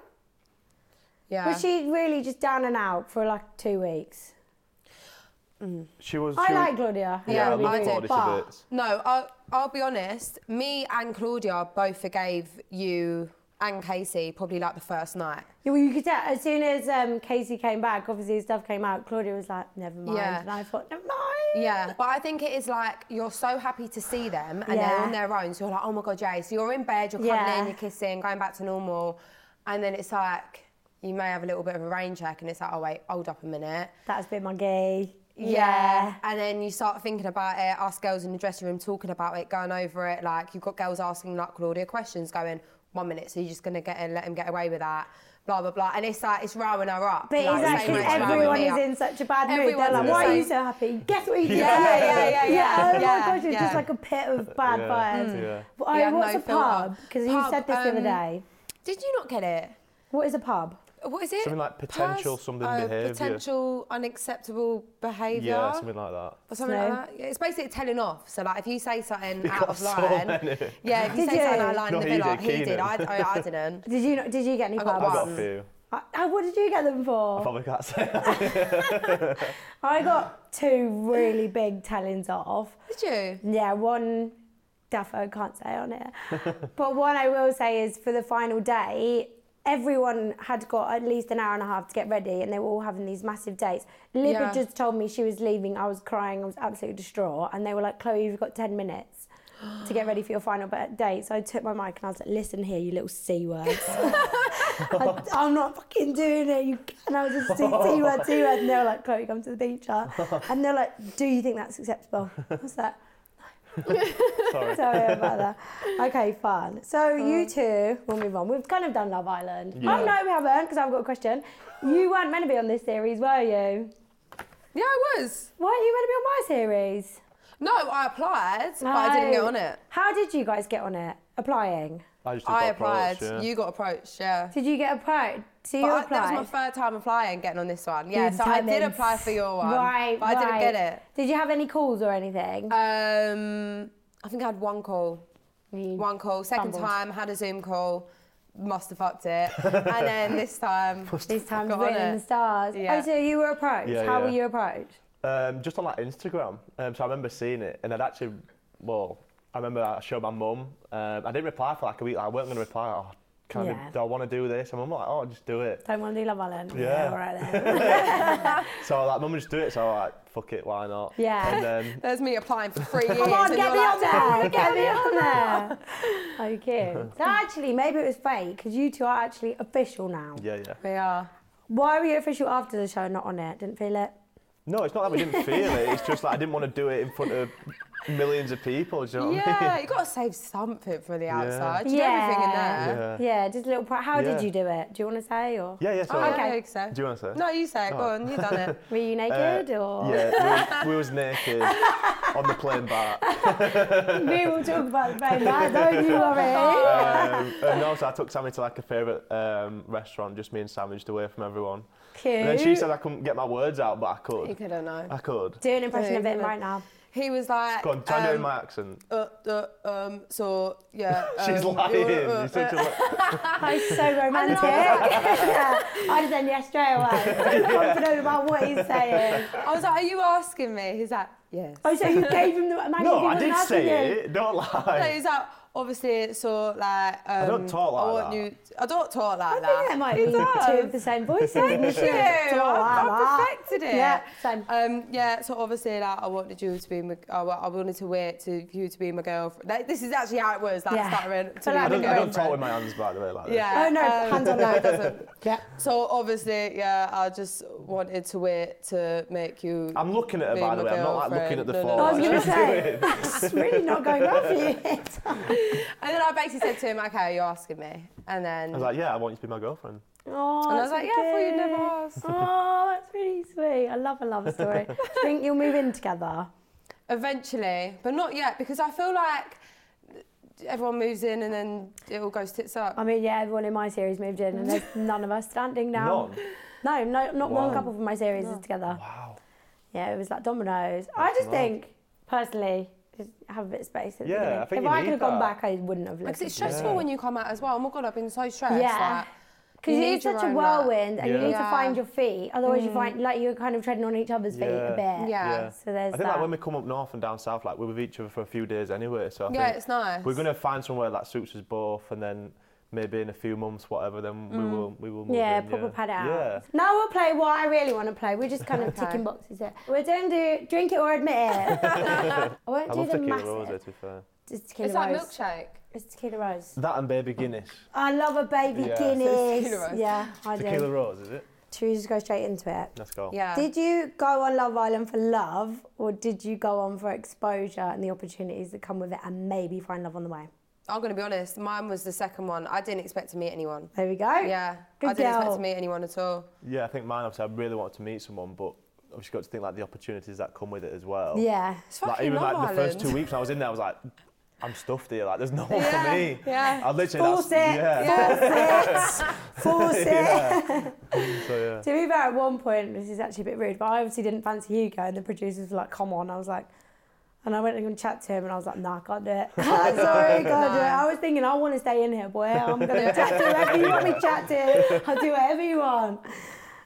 Speaker 2: Yeah.
Speaker 1: was she really just down and out for like two weeks?
Speaker 3: She was.
Speaker 1: I
Speaker 3: she
Speaker 1: like
Speaker 3: was,
Speaker 1: Claudia. I
Speaker 3: Yeah, I
Speaker 1: don't really
Speaker 3: love
Speaker 1: think,
Speaker 3: Claudia
Speaker 1: but-
Speaker 3: to bits.
Speaker 2: No, I'll, I'll be honest. Me and Claudia both forgave you and Casey probably like the first night.
Speaker 1: Yeah, well, you could tell as soon as um, Casey came back, obviously stuff came out. Claudia was like, "Never mind,"
Speaker 2: Yeah.
Speaker 1: and I thought, "Never mind."
Speaker 2: Yeah, but I think it is like you're so happy to see them and they're
Speaker 1: Yeah.
Speaker 2: on their own. So you're like, oh my god, Jay. So you're in bed, you're cuddling,
Speaker 1: Yeah.
Speaker 2: you're kissing, going back to normal, and then it's like you may have a little bit of a rain check, and it's like, oh wait, hold up a minute.
Speaker 1: That's been my gay.
Speaker 2: And then you start thinking about it, us girls in the dressing room talking about it, going over it. Like, you've got girls asking like Claudia questions, going, one minute, so you're just going to get and let him get away with that. Blah, blah, blah. And it's like, it's rowing her up.
Speaker 1: But
Speaker 2: like,
Speaker 1: it's
Speaker 2: so
Speaker 1: like 'cause
Speaker 2: much rowing
Speaker 1: everyone
Speaker 2: me
Speaker 1: is
Speaker 2: up.
Speaker 1: in such a bad mood. They're
Speaker 2: Everyone's in
Speaker 1: like,
Speaker 2: the
Speaker 1: why are
Speaker 2: same-
Speaker 1: you so happy? Guess what you did.
Speaker 2: Yeah, yeah, yeah, yeah,
Speaker 1: yeah. Oh
Speaker 2: yeah,
Speaker 1: my God, you're
Speaker 2: yeah. Hmm.
Speaker 1: just like a pit of bad
Speaker 3: Yeah,
Speaker 1: vibes.
Speaker 3: yeah.
Speaker 1: But, oh,
Speaker 2: You had
Speaker 1: what's
Speaker 2: no
Speaker 1: a
Speaker 2: filter.
Speaker 1: pub? Because you
Speaker 2: Pub,
Speaker 1: said this the other
Speaker 2: um,
Speaker 1: day.
Speaker 2: Did you not get it?
Speaker 1: What is a pub?
Speaker 2: What is it? oh,
Speaker 3: Something like potential something behaviour.
Speaker 2: Potential unacceptable behaviour.
Speaker 3: Yeah, something like that.
Speaker 2: or something
Speaker 1: No.
Speaker 2: like that. Yeah, It's basically telling off. So like, if you say
Speaker 3: [LAUGHS]
Speaker 2: something out
Speaker 3: got
Speaker 2: of
Speaker 3: so
Speaker 2: line,
Speaker 3: many.
Speaker 2: yeah, if you
Speaker 1: Did
Speaker 2: say something
Speaker 1: you?
Speaker 2: out of line
Speaker 3: No,
Speaker 2: in the
Speaker 3: he
Speaker 2: villa,
Speaker 3: did,
Speaker 2: he did.
Speaker 3: Keenan.
Speaker 2: I, I,
Speaker 1: [LAUGHS]
Speaker 2: I didn't.
Speaker 1: Did you not? Did you get any
Speaker 2: I got
Speaker 1: pubs?
Speaker 3: I got
Speaker 2: Um,
Speaker 3: a few.
Speaker 1: I- I- what did you get them for?
Speaker 3: Probably can't say. that.
Speaker 1: I got two really big tellings off.
Speaker 2: Did you?
Speaker 1: Yeah, one defo can't say on it. but what I will say is for the final day, everyone had got at least an hour and a half to get ready and they were all having these massive dates. Lib had
Speaker 2: Yeah.
Speaker 1: just told me she was leaving. I was crying. I was absolutely distraught. And they were like, Chloe, you've got 10 minutes. To get ready for your final ba- date, so I took my mic and I was like, "Listen here, you little c words. I, I'm not fucking doing it. You can. I was just doing c word, c word, and they were like, "Chloe, come to the beach," huh? and they're like, "Do you think that's acceptable?" I was like,
Speaker 3: Sorry.
Speaker 1: Sorry about
Speaker 2: [LAUGHS]
Speaker 1: that. Okay, fun. So you two, we'll move on. We've kind of done Love Island.
Speaker 3: Yeah.
Speaker 1: Oh no, we haven't, because I've got a question. You weren't meant to be on this series, were you?
Speaker 2: Yeah, I was.
Speaker 1: Weren't you meant to be on my series?
Speaker 2: No, I applied, but I didn't get on it.
Speaker 1: How did you guys get on it? Applying.
Speaker 3: I just
Speaker 2: I
Speaker 3: got approached,
Speaker 2: applied.
Speaker 3: yeah.
Speaker 2: You got approached, yeah.
Speaker 1: Did you get approached? So you
Speaker 2: But I-
Speaker 1: applied.
Speaker 2: that was my third time applying, getting on this one. Yeah,
Speaker 1: You
Speaker 2: so I did
Speaker 1: determined.
Speaker 2: apply for your one,
Speaker 1: Right,
Speaker 2: but I didn't
Speaker 1: right.
Speaker 2: get it. Uh,
Speaker 1: Did you have any calls or anything?
Speaker 2: Um, I think I had one call.
Speaker 1: You
Speaker 2: One call. Second
Speaker 1: fumbled.
Speaker 2: time, had a Zoom call. Must have fucked it. and then
Speaker 3: [LAUGHS]
Speaker 2: this time,
Speaker 1: This time
Speaker 2: got on
Speaker 1: written in the
Speaker 2: it.
Speaker 1: stars.
Speaker 2: Yeah.
Speaker 1: Oh, so you were approached.
Speaker 3: Yeah,
Speaker 1: How were
Speaker 3: yeah.
Speaker 1: you approached?
Speaker 3: Um, just on like Instagram. Um, so I remember seeing it, and I'd actually, well, I remember I showed my mum. Um, I didn't reply for like a week. I weren't going to reply. Oh, can
Speaker 1: Yeah.
Speaker 3: I, do I want to do this? And I'm like, oh, just do it.
Speaker 1: Don't want to do Love Island.
Speaker 3: Yeah.
Speaker 1: all right then.
Speaker 3: So like, mum just do it. So I like, fuck it, why not?
Speaker 1: Yeah.
Speaker 3: And um, then
Speaker 2: [LAUGHS] there's me applying for three years.
Speaker 1: Come on,
Speaker 2: and
Speaker 1: get
Speaker 2: you're
Speaker 1: me
Speaker 2: like,
Speaker 1: on there. Get me on there. Okay. So actually, maybe it was fake because you two are actually official now.
Speaker 3: yeah, yeah.
Speaker 2: We
Speaker 3: [LAUGHS]
Speaker 2: are.
Speaker 1: Why were you official after the show, not on it? Didn't feel it.
Speaker 3: No, it's not that we didn't feel it. It's just like I didn't want to do it in front of millions of people. Do you know what I mean?
Speaker 2: Yeah, you got to save something for the outside. You
Speaker 1: Yeah.
Speaker 2: yeah. everything in there.
Speaker 1: Yeah,
Speaker 3: Yeah.
Speaker 1: just a little. Pro- How did
Speaker 3: Yeah.
Speaker 1: you do it? Do you want to say or
Speaker 3: [LAUGHS] Yeah, yeah. So
Speaker 2: I
Speaker 1: Okay.
Speaker 2: think so.
Speaker 3: Do you wanna say Oh. it?
Speaker 2: Oh, No, you say it. Go on, you done
Speaker 3: [LAUGHS]
Speaker 2: it.
Speaker 1: were you
Speaker 3: uh,
Speaker 1: naked or?
Speaker 3: [LAUGHS] yeah, we, was- we was
Speaker 1: [LAUGHS]
Speaker 3: naked on the plane back.
Speaker 1: we will talk about the plane back. Don't you worry. [LAUGHS]
Speaker 3: um, and also, I took Sammy to like a favourite um, restaurant, just me and Sammy, just away from everyone. And then she
Speaker 1: Cute.
Speaker 3: said I couldn't get my words out, but I could.
Speaker 2: You couldn't know.
Speaker 3: I could.
Speaker 1: Do an impression of
Speaker 2: Yeah,
Speaker 1: it
Speaker 2: yeah.
Speaker 1: right now.
Speaker 2: He was like,
Speaker 3: Go on, try and do it in
Speaker 2: um,
Speaker 3: my accent.
Speaker 2: uh, uh, um, so yeah.
Speaker 3: [LAUGHS] She's
Speaker 2: um,
Speaker 3: lying.
Speaker 2: uh, uh,
Speaker 3: You're such
Speaker 2: uh, [LAUGHS]
Speaker 3: a li-
Speaker 1: [LAUGHS] That is so romantic. [LAUGHS] yeah. I just then yes straight
Speaker 3: [LAUGHS]
Speaker 1: away. So confident about what he's saying.
Speaker 2: uh, I was like, are you asking me? He's like, yes.
Speaker 1: Oh, so you gave him the. Imagine if he
Speaker 3: no, I
Speaker 1: wasn't
Speaker 3: did
Speaker 1: asking
Speaker 3: say
Speaker 1: you.
Speaker 3: it. Don't
Speaker 2: So
Speaker 3: lie.
Speaker 2: he's like, obviously, so like. Um, I
Speaker 3: don't talk like
Speaker 2: I want
Speaker 3: that.
Speaker 2: You, I don't talk like
Speaker 1: I
Speaker 2: that.
Speaker 1: think that
Speaker 2: [LAUGHS]
Speaker 1: might be [LAUGHS] two of the same voices.
Speaker 2: Thank you. I've, I've perfected it.
Speaker 1: Yeah, same.
Speaker 2: Um, yeah. So obviously, like, I wanted you to be. My, I, wa- I wanted to wait to you to be my girlfriend. Like, this is actually how it was. That's
Speaker 1: Yeah.
Speaker 2: yeah. that re-
Speaker 1: But
Speaker 2: to be
Speaker 1: like-
Speaker 3: I
Speaker 2: my
Speaker 3: don't, I don't
Speaker 2: girlfriend.
Speaker 3: talk with my hands, by the way, like this.
Speaker 2: Yeah.
Speaker 1: Oh, no,
Speaker 2: um,
Speaker 1: hands on no. [LAUGHS]
Speaker 2: it doesn't.
Speaker 1: yeah.
Speaker 2: So obviously, yeah, I just wanted to wait to make you.
Speaker 3: I'm looking at her,
Speaker 2: be
Speaker 3: by the
Speaker 2: my
Speaker 3: way. I'm not like looking
Speaker 2: girlfriend.
Speaker 3: at the
Speaker 2: No, no,
Speaker 3: floor.
Speaker 2: no.
Speaker 1: I was
Speaker 3: like,
Speaker 1: going to
Speaker 3: she's
Speaker 1: say, [LAUGHS]
Speaker 3: doing.
Speaker 1: that's really not going well for you. [LAUGHS]
Speaker 2: And then I basically said to him, "Okay, you're asking me." And then
Speaker 3: I was like, yeah, I want you to be my girlfriend.
Speaker 1: Oh,
Speaker 2: And I was like, yeah, I thought you'd never ask.
Speaker 1: Oh, that's really sweet. I love a love [LAUGHS] story. Do you think you'll move in together?
Speaker 2: eventually, but not yet because I feel like everyone moves in and then it all goes tits up.
Speaker 1: I mean, yeah, everyone in my series moved in, and there's none of us standing
Speaker 2: Um,
Speaker 1: now.
Speaker 3: None?
Speaker 1: No, no, not one
Speaker 3: Wow.
Speaker 1: couple from my series is together.
Speaker 3: Wow.
Speaker 1: Yeah, it was like dominoes. I just
Speaker 3: mad.
Speaker 1: think, personally, just have a bit of space at the
Speaker 3: Yeah,
Speaker 1: beginning.
Speaker 3: I think
Speaker 1: if
Speaker 3: you
Speaker 1: I
Speaker 3: need
Speaker 1: could have gone
Speaker 3: that.
Speaker 1: back, I wouldn't have lived.
Speaker 2: Because it's stressful when you come out as well. Oh my god, I've been so stressed.
Speaker 1: Yeah.
Speaker 2: like,
Speaker 1: Because
Speaker 2: you
Speaker 1: it
Speaker 2: need
Speaker 1: is
Speaker 2: your
Speaker 1: such a
Speaker 2: own
Speaker 1: whirlwind, and you
Speaker 3: Yeah.
Speaker 1: need to
Speaker 2: Yeah.
Speaker 1: find your feet. Otherwise, you find like you're kind of treading on each other's feet a
Speaker 3: Yeah.
Speaker 1: bit.
Speaker 2: Yeah.
Speaker 3: Yeah.
Speaker 1: So there's
Speaker 3: I think like
Speaker 1: that.
Speaker 3: when we come up north and down south, like we're with each other for a few days anyway. So I
Speaker 2: Yeah,
Speaker 3: think
Speaker 2: it's nice.
Speaker 3: We're gonna find somewhere that suits us both, and then maybe in a few months, whatever, then we will we will
Speaker 1: Mm.
Speaker 3: move
Speaker 1: Yeah,
Speaker 3: in,
Speaker 1: proper pad it out.
Speaker 3: Yeah.
Speaker 1: Now we'll play what I really want to play. We're just kind of ticking boxes here. We're going to do drink it or admit it.
Speaker 3: [LAUGHS]
Speaker 1: I won't
Speaker 3: I
Speaker 1: do
Speaker 3: love
Speaker 1: the
Speaker 3: tequila
Speaker 1: massive.
Speaker 3: rose, to be fair.
Speaker 1: It's tequila
Speaker 2: It's like
Speaker 1: rose.
Speaker 2: milkshake.
Speaker 1: It's tequila rose.
Speaker 3: That and baby Guinness.
Speaker 1: I love a baby
Speaker 3: Yeah.
Speaker 1: Guinness.
Speaker 2: Tequila rose.
Speaker 1: Yeah, I
Speaker 3: Tequila
Speaker 1: do.
Speaker 3: rose, is it?
Speaker 1: Should we just go straight into it?
Speaker 3: Let's go.
Speaker 2: Yeah.
Speaker 1: Did you go on Love Island for love, or did you go on for exposure and the opportunities that come with it, and maybe find love on the way?
Speaker 2: I'm gonna be honest. Mine was the second one. I didn't expect to meet anyone.
Speaker 1: There we go.
Speaker 2: Yeah.
Speaker 1: Good
Speaker 2: I didn't
Speaker 1: girl.
Speaker 2: expect to meet anyone at all.
Speaker 3: Yeah, I think mine. Obviously, I really wanted to meet someone, but I've just got to think like the opportunities that come with it as well.
Speaker 1: Yeah.
Speaker 2: It's
Speaker 3: Like
Speaker 2: fucking
Speaker 3: even
Speaker 2: Love
Speaker 3: like the
Speaker 2: Island.
Speaker 3: first two weeks when I was in there, I was like, I'm stuffed here. Like, there's no one
Speaker 2: Yeah,
Speaker 3: for me.
Speaker 2: yeah.
Speaker 3: I literally.
Speaker 1: Force it.
Speaker 3: that's-
Speaker 1: Force it. Force
Speaker 3: [LAUGHS]
Speaker 1: it.
Speaker 3: Yeah. [LAUGHS] So yeah.
Speaker 1: To be fair, at one point, this is actually a bit rude, but I obviously didn't fancy Hugo, and the producers were like, come on. I was like, and I went and chat to him, and I was like, nah, can't do it. [LAUGHS] Sorry, can't do it. I was thinking, I want to stay in here, boy. I'm going to [LAUGHS] chat to whoever you want me to chat to. I'll do whatever you want.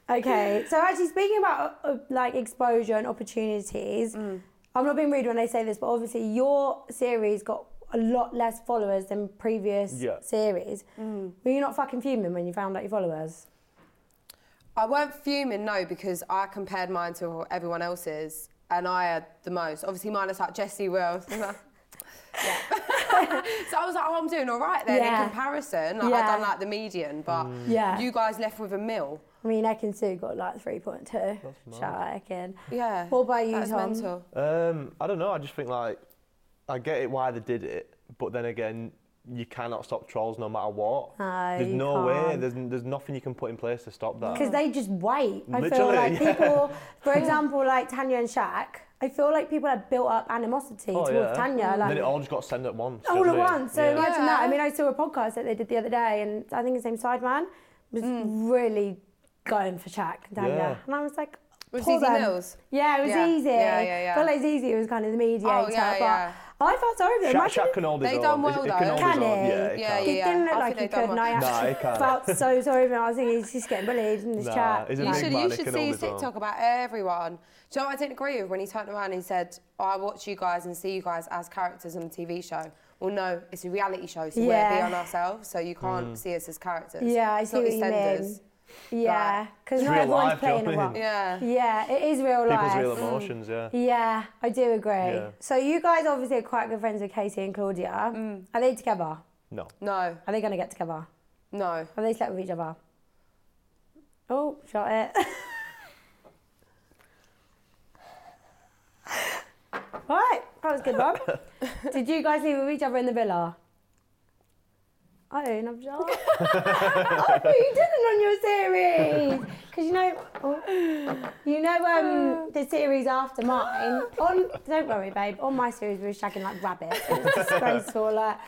Speaker 1: Okay, so actually, speaking about uh, uh, like exposure and opportunities,
Speaker 2: Mm.
Speaker 1: I'm not being rude when I say this, but obviously, your series got a lot less followers than previous
Speaker 3: Yeah.
Speaker 1: series.
Speaker 2: Mm.
Speaker 1: Were you not fucking fuming when you found out your followers?
Speaker 2: I weren't fuming, no, because I compared mine to everyone else's and I had the most. Obviously, mine is like Jesse Wells. [LAUGHS] Yeah. so I was like, oh, I'm doing all right then
Speaker 1: Yeah.
Speaker 2: in comparison. Like,
Speaker 1: Yeah.
Speaker 2: I've done like the median, but
Speaker 1: Yeah.
Speaker 2: you guys left with a mill.
Speaker 1: I mean, Ekin Sue got like 3.2. Shout out Ekin.
Speaker 2: Yeah.
Speaker 1: What about you,
Speaker 2: That's
Speaker 1: Tom?
Speaker 2: mental.
Speaker 3: Um, I don't know. I just think like I get it why they did it, but then again, you cannot stop trolls no matter what.
Speaker 1: No,
Speaker 3: there's
Speaker 1: you
Speaker 3: no way.
Speaker 1: can't.
Speaker 3: There's there's nothing you can put in place to stop that.
Speaker 1: Because they just wait. I feel
Speaker 3: Literally,
Speaker 1: like
Speaker 3: yeah. [LAUGHS]
Speaker 1: people, for example, like Tanya and Shaq, I feel like people have built up animosity
Speaker 3: Oh,
Speaker 1: towards
Speaker 3: yeah.
Speaker 1: Tanya.
Speaker 3: And then it
Speaker 1: Like,
Speaker 3: all just got sent at once.
Speaker 1: all
Speaker 3: didn't
Speaker 1: at
Speaker 3: it?
Speaker 1: once. So
Speaker 3: Yeah.
Speaker 1: imagine that. I
Speaker 2: Yeah.
Speaker 1: mean, I saw a podcast that they did the other day, and I think his name Sideman was
Speaker 2: Mm.
Speaker 1: really going for Shaq and Tanya.
Speaker 3: Yeah.
Speaker 1: And I was like,
Speaker 2: Was
Speaker 1: poor
Speaker 2: Easy
Speaker 1: them.
Speaker 2: Mills?
Speaker 1: Yeah, it was
Speaker 2: Yeah.
Speaker 1: easy.
Speaker 2: Yeah, yeah, yeah. Oh,
Speaker 1: I felt like Easy was kind of the mediator.
Speaker 2: yeah,
Speaker 1: but
Speaker 2: yeah.
Speaker 1: I felt sorry for him.
Speaker 3: Shaq,
Speaker 1: Imagine
Speaker 3: Shaq can hold his
Speaker 2: They
Speaker 3: own.
Speaker 2: done well,
Speaker 3: It- it
Speaker 2: though.
Speaker 3: can hold his
Speaker 1: Can
Speaker 3: own.
Speaker 1: he?
Speaker 3: Yeah, it
Speaker 2: Yeah,
Speaker 3: can.
Speaker 1: He didn't look
Speaker 2: I
Speaker 1: like
Speaker 2: think
Speaker 1: he
Speaker 2: they've done
Speaker 1: could, and I
Speaker 2: well.
Speaker 3: Nah,
Speaker 1: actually
Speaker 3: he can't.
Speaker 1: felt so sorry for him. I was thinking he's just getting bullied in this
Speaker 3: Nah,
Speaker 1: chat.
Speaker 3: he's a
Speaker 2: You
Speaker 3: big
Speaker 2: should,
Speaker 3: man,
Speaker 2: you
Speaker 3: he
Speaker 2: should
Speaker 3: can
Speaker 2: see
Speaker 3: hold
Speaker 2: his
Speaker 3: his own.
Speaker 2: TikTok about everyone. Do you know what I didn't agree with when he turned around and he said, oh, I watch you guys and see you guys as characters on a TV show. Well, no, it's a reality show, so we're
Speaker 1: Yeah.
Speaker 2: beyond ourselves, so you can't see us as characters.
Speaker 1: Yeah, I
Speaker 2: It's
Speaker 1: see
Speaker 2: not
Speaker 1: what you mean.
Speaker 2: EastEnders.
Speaker 1: yeah,
Speaker 2: Right.
Speaker 1: because
Speaker 3: It's
Speaker 1: not
Speaker 3: real
Speaker 1: everyone's
Speaker 3: life, do you know
Speaker 1: playing a
Speaker 3: [LAUGHS] what I
Speaker 1: role.
Speaker 3: mean?
Speaker 2: Yeah.
Speaker 1: Yeah, it is real
Speaker 3: People's
Speaker 1: life.
Speaker 3: real emotions. Yeah.
Speaker 1: yeah, I do agree.
Speaker 3: Yeah.
Speaker 1: So you guys obviously are quite good friends with Katie and Claudia. Are they together?
Speaker 3: No.
Speaker 2: No,
Speaker 1: Are they going to get together?
Speaker 2: no.
Speaker 1: Have they slept with each other? Oh, shot it. [LAUGHS] right, that was a good one.
Speaker 2: [LAUGHS]
Speaker 1: Did you guys leave with each other in the villa? I own up,
Speaker 2: [LAUGHS]
Speaker 1: Jar. [LAUGHS] oh, but you didn't on your series. Because you know, oh, you know
Speaker 2: [LAUGHS]
Speaker 1: um, the series after mine. On, don't worry, babe. On my series, we were shagging like rabbits. It was
Speaker 2: [LAUGHS]
Speaker 1: disgraceful. Like,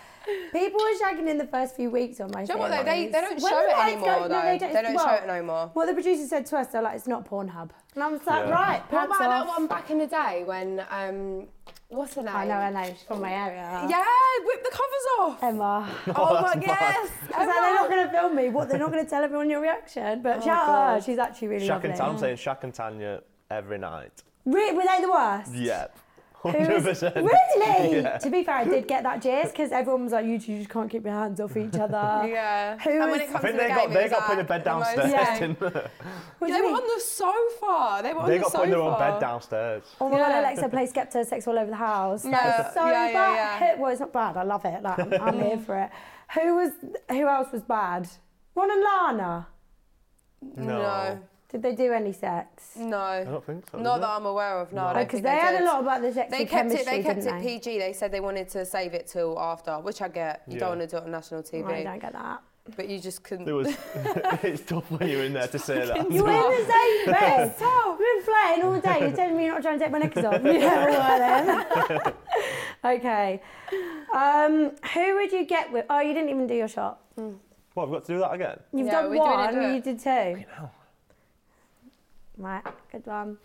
Speaker 1: people were shagging in the first few weeks on my
Speaker 2: Do
Speaker 1: series.
Speaker 2: you know what though? They, they don't
Speaker 1: When
Speaker 2: show
Speaker 1: the
Speaker 2: it
Speaker 1: lights
Speaker 2: anymore
Speaker 1: go-
Speaker 2: though.
Speaker 1: no,
Speaker 2: they don't, show
Speaker 1: well,
Speaker 2: it no more.
Speaker 1: Well, the producers said to us, they're like, it's not Pornhub. And I was like,
Speaker 3: Yeah.
Speaker 1: right,
Speaker 2: What
Speaker 1: pants
Speaker 2: about that
Speaker 1: off.
Speaker 2: one back in the day when, um, what's her name?
Speaker 1: I know, I know, she's from my area.
Speaker 2: Yeah, whip the covers off.
Speaker 1: Emma. I
Speaker 2: Oh, my, yes.
Speaker 1: was like, they're
Speaker 2: Emma. [LAUGHS]
Speaker 1: not going to film me. What? They're not going to tell everyone your reaction.
Speaker 2: Oh,
Speaker 1: But shout out her. She's actually really
Speaker 3: Shaq
Speaker 1: lovely.
Speaker 3: and Tam saying Shaq and Tanya every night.
Speaker 1: Re- were they the worst?
Speaker 3: Yeah. [LAUGHS]
Speaker 1: It was
Speaker 3: 100%.
Speaker 1: really?
Speaker 3: [LAUGHS]
Speaker 1: To be fair, I did get that jeers because everyone was like, you two just can't keep your hands off each other.
Speaker 2: [LAUGHS] Yeah.
Speaker 1: Who
Speaker 2: and when
Speaker 1: was-
Speaker 2: it
Speaker 1: I
Speaker 2: comes
Speaker 3: I think
Speaker 2: to the
Speaker 3: they got
Speaker 2: game,
Speaker 3: they
Speaker 2: it
Speaker 3: got
Speaker 2: was
Speaker 3: put in
Speaker 2: like
Speaker 3: bed
Speaker 2: the most-
Speaker 1: [LAUGHS]
Speaker 3: downstairs.
Speaker 1: Yeah.
Speaker 3: didn't they?
Speaker 1: What do
Speaker 2: They
Speaker 1: you
Speaker 2: were
Speaker 1: mean?
Speaker 2: on the sofa. They were on
Speaker 3: They
Speaker 2: the
Speaker 3: got
Speaker 2: sofa.
Speaker 3: put in their own bed downstairs.
Speaker 1: Oh my god,
Speaker 2: Yeah.
Speaker 1: Alexa plays Skepta sex all over the house. Like,
Speaker 2: Yeah.
Speaker 1: it's so
Speaker 2: Yeah, yeah,
Speaker 1: bad.
Speaker 2: yeah.
Speaker 1: Who- Well, it's not bad. I love it. Like, I'm, I'm here for it. Who was? Who else was bad? Ron and Lana.
Speaker 3: No.
Speaker 1: Did they do any sex?
Speaker 2: No. I
Speaker 3: don't think so,
Speaker 2: Not
Speaker 3: did
Speaker 2: that
Speaker 3: they?
Speaker 2: I'm aware of. No,
Speaker 3: No.
Speaker 2: I don't
Speaker 1: Because
Speaker 2: think
Speaker 1: Oh, they had
Speaker 2: did.
Speaker 1: a lot about the sexy
Speaker 2: They kept it.
Speaker 1: chemistry,
Speaker 2: They kept
Speaker 1: didn't
Speaker 2: it
Speaker 1: they?
Speaker 2: PG. They said they wanted to save it till after, which I get. You
Speaker 3: Yeah.
Speaker 2: don't want to do it on national TV,
Speaker 1: I don't get that.
Speaker 2: but you just couldn't.
Speaker 3: There was. [LAUGHS] it's tough when you're in there to say that.
Speaker 1: You were in the same bed. We've been flirting all day. You're telling me you're not trying to take my knickers off. [LAUGHS] Yeah, well then. okay. Um, who would you get with? Oh, you didn't even do your shot.
Speaker 3: What, I've got to do that again?
Speaker 1: You've
Speaker 2: Yeah,
Speaker 1: done
Speaker 2: we didn't
Speaker 1: one,
Speaker 2: do it.
Speaker 1: you did two. Right, good one.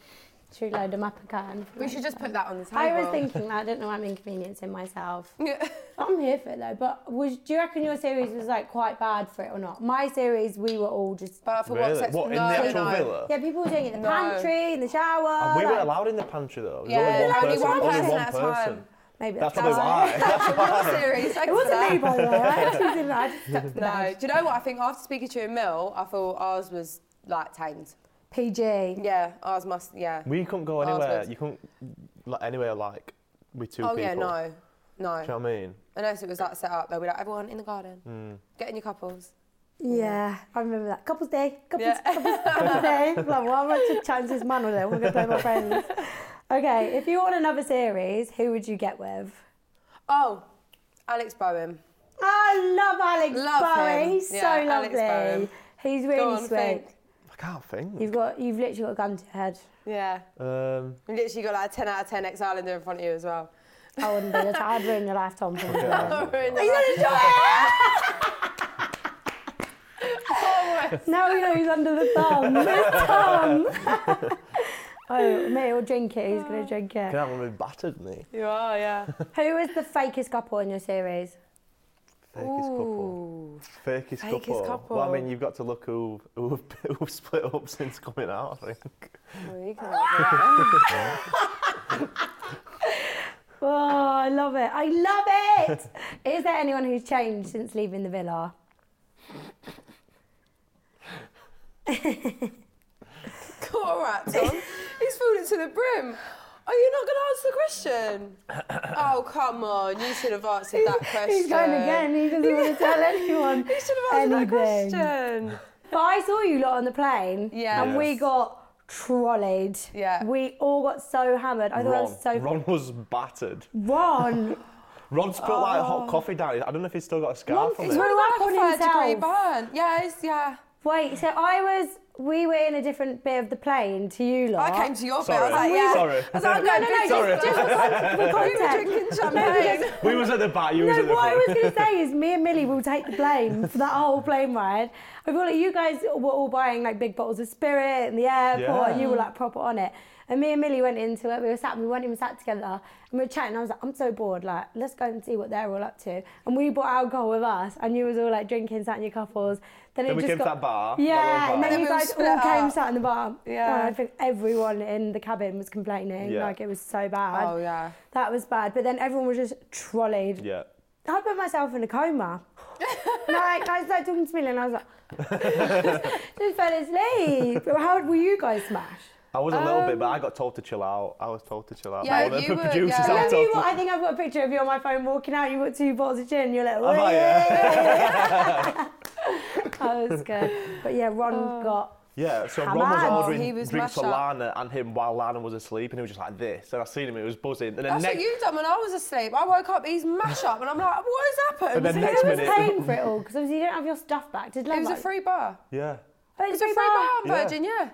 Speaker 1: Should we load them up again?
Speaker 2: we should just put that on the table.
Speaker 1: I was thinking that. I don't know. why I'm inconveniencing myself. [LAUGHS] I'm here for it though. But was do you reckon your series was like quite bad for it or not? My series, we were all just
Speaker 2: but for what
Speaker 3: Really?
Speaker 2: sex?
Speaker 3: What, in
Speaker 2: no,
Speaker 3: the actual
Speaker 2: no.
Speaker 3: villa?
Speaker 1: yeah. People were doing it in the
Speaker 2: No.
Speaker 1: pantry, in the shower.
Speaker 3: And Oh, we
Speaker 1: like,
Speaker 3: were allowed in the pantry though. There
Speaker 2: Yeah,
Speaker 3: was only
Speaker 1: only
Speaker 3: one person.
Speaker 1: one
Speaker 3: only
Speaker 1: person
Speaker 3: one
Speaker 2: at a
Speaker 3: person.
Speaker 2: time.
Speaker 1: Maybe
Speaker 3: That's
Speaker 1: that's,
Speaker 3: probably
Speaker 2: [LAUGHS]
Speaker 3: why. [LAUGHS]
Speaker 2: Serious, thanks
Speaker 1: [LAUGHS] It
Speaker 2: for
Speaker 1: wasn't
Speaker 2: that.
Speaker 1: me, by the way. I actually didn't. I just stuck to the
Speaker 2: No,
Speaker 1: bed.
Speaker 2: do you know what? I think after speaking to you and Mill, I thought ours was like tamed.
Speaker 1: PG.
Speaker 2: Yeah, ours must. Yeah.
Speaker 3: we couldn't go
Speaker 2: Ours
Speaker 3: anywhere.
Speaker 2: was-
Speaker 3: You couldn't like anywhere like with two
Speaker 2: oh
Speaker 3: people.
Speaker 2: yeah, no,
Speaker 3: Do you
Speaker 2: no.
Speaker 3: know what I mean?
Speaker 2: Unless it was like set up, they'll be like everyone in the garden,
Speaker 3: Hmm.
Speaker 2: get in your couples.
Speaker 1: Yeah, I remember that. Couples day, couples,
Speaker 2: Yeah.
Speaker 1: couples, couples
Speaker 2: [LAUGHS]
Speaker 1: day. Like, well, how much of chance is man with it? We're going to play my friends. Okay, if you were on another series, who would you get with?
Speaker 2: Oh, Alex Bowen.
Speaker 1: I love Alex
Speaker 2: Love
Speaker 1: Bowie.
Speaker 2: him.
Speaker 1: He's
Speaker 2: Yeah,
Speaker 1: so
Speaker 2: Alex
Speaker 1: lovely.
Speaker 2: Bowie.
Speaker 1: He's
Speaker 2: Go
Speaker 1: really
Speaker 2: on,
Speaker 1: sweet.
Speaker 2: think.
Speaker 3: I can't think.
Speaker 1: You've got, you've literally got a gun to your head.
Speaker 2: Yeah,
Speaker 3: Um,
Speaker 2: we literally got like a 10 out of 10 ex Islander in front of you as well.
Speaker 1: I wouldn't do that. I'd ruin your life, Tom. for me.
Speaker 2: [LAUGHS] Really?
Speaker 1: [LAUGHS] Oh, now we know he's under the thumb. [LAUGHS] There's Tom. [LAUGHS] oh, mate, he'll drink it. He's going to drink it.
Speaker 3: can have one battered me.
Speaker 2: you are, [LAUGHS] yeah.
Speaker 1: Who is the fakest couple in your series?
Speaker 3: Fakest couple. Fakest, couple. Well,
Speaker 2: couple.
Speaker 3: I mean, you've got to look who who [LAUGHS] who split up since coming out. I think.
Speaker 2: Well, you can't do that.
Speaker 1: Oh, I love it. I love it. [LAUGHS] is there anyone who's changed since leaving the villa?
Speaker 2: All right, Tom. [LAUGHS] He's filled it to the brim. [GASPS] Are you not going to answer the
Speaker 3: [COUGHS]
Speaker 2: question? oh, come on. You should have answered that
Speaker 1: [LAUGHS]
Speaker 2: question.
Speaker 1: He's going again. He doesn't want to tell anyone.
Speaker 2: [LAUGHS] You should have answered
Speaker 1: anything.
Speaker 2: that question.
Speaker 1: But I saw you lot on the plane.
Speaker 2: Yeah.
Speaker 1: And we
Speaker 3: Yes.
Speaker 1: got trolleyed.
Speaker 2: Yeah.
Speaker 1: We all got so hammered. I thought I
Speaker 3: Ron.
Speaker 1: was so
Speaker 3: Ron was battered.
Speaker 1: Ron.
Speaker 3: Ron spilled like
Speaker 2: Oh.
Speaker 3: hot coffee down. his- I don't know if he's still got a scarf on
Speaker 1: it's
Speaker 3: it.
Speaker 1: Ron-
Speaker 2: Like
Speaker 1: on
Speaker 2: a third degree
Speaker 1: himself.
Speaker 2: burn. Yes, yeah.
Speaker 1: Wait, so I was we were in a different bit of the plane to you lot.
Speaker 2: I came to your bit. I
Speaker 3: Sorry.
Speaker 2: was like, yeah.
Speaker 3: Sorry.
Speaker 2: I was like, I'm going
Speaker 1: no, no,
Speaker 2: Sorry.
Speaker 1: just- just for context- for
Speaker 2: [LAUGHS] We were
Speaker 1: context.
Speaker 2: drinking
Speaker 1: because-
Speaker 2: champagne.
Speaker 3: We was at the back. You was
Speaker 1: No,
Speaker 3: at the
Speaker 1: what I
Speaker 3: front.
Speaker 1: was going to say is me and Millie will take the blame for that whole plane ride. I feel like you guys were all buying like big bottles of spirit in the airport and you were like proper on it. And me and Millie went into it, we were sat, we weren't even sat together. And we were chatting, I was like, I'm so bored, like, let's go and see what they're all up to. And we bought alcohol with us and you was all like drinking, sat in your couples. Then, it
Speaker 3: we
Speaker 1: just
Speaker 3: came to
Speaker 1: got,
Speaker 3: that bar, that
Speaker 1: Yeah,
Speaker 3: little
Speaker 1: and
Speaker 3: bar.
Speaker 1: then
Speaker 2: Then
Speaker 1: you
Speaker 2: we all
Speaker 1: guys all
Speaker 2: split
Speaker 1: came,
Speaker 2: up.
Speaker 1: sat in the bar.
Speaker 2: Yeah.
Speaker 1: And I think everyone in the cabin was complaining,
Speaker 3: Yeah.
Speaker 1: like, it was so bad.
Speaker 2: Oh, yeah.
Speaker 1: That was bad. But then everyone was just trolleyed.
Speaker 3: [LAUGHS] Yeah.
Speaker 1: I put myself in a coma. like I started talking to Millie and I was like, [LAUGHS] just fell asleep. But How were you guys smash?
Speaker 3: I was a little bit, but I got told to chill out. I was told to chill out.
Speaker 2: Um, Yeah,
Speaker 3: One of
Speaker 2: you
Speaker 3: the
Speaker 2: were-
Speaker 3: producers.
Speaker 2: yeah.
Speaker 3: I
Speaker 1: I, tell
Speaker 3: was told
Speaker 1: you what,
Speaker 3: to-
Speaker 1: I think I've got a picture of you on my phone walking out. You've got two bottles of gin. You're like,
Speaker 3: Oh, hi,
Speaker 1: yeah.
Speaker 3: [LAUGHS]
Speaker 1: that was good. But yeah, Ron
Speaker 2: Oh.
Speaker 1: got.
Speaker 3: Yeah, so
Speaker 1: Come
Speaker 3: Ron was
Speaker 1: on.
Speaker 3: ordering
Speaker 2: He was
Speaker 3: drinks for
Speaker 2: mashed up.
Speaker 3: Lana and him while Lana was asleep, and he was just like this. And I seen him, it was buzzing. And then
Speaker 2: That's
Speaker 3: next,
Speaker 2: what you done when I was asleep. I woke up, he's mash up, and I'm like, what has happened?
Speaker 3: And then
Speaker 1: So
Speaker 3: next
Speaker 1: who was
Speaker 3: minute-
Speaker 1: paying for it all? Because obviously you don't have your stuff back. Did
Speaker 2: it was
Speaker 1: Lembo-
Speaker 2: a free bar.
Speaker 3: yeah,
Speaker 1: Oh,
Speaker 2: It was a free bar on
Speaker 3: Yeah.
Speaker 2: Virgin, yeah.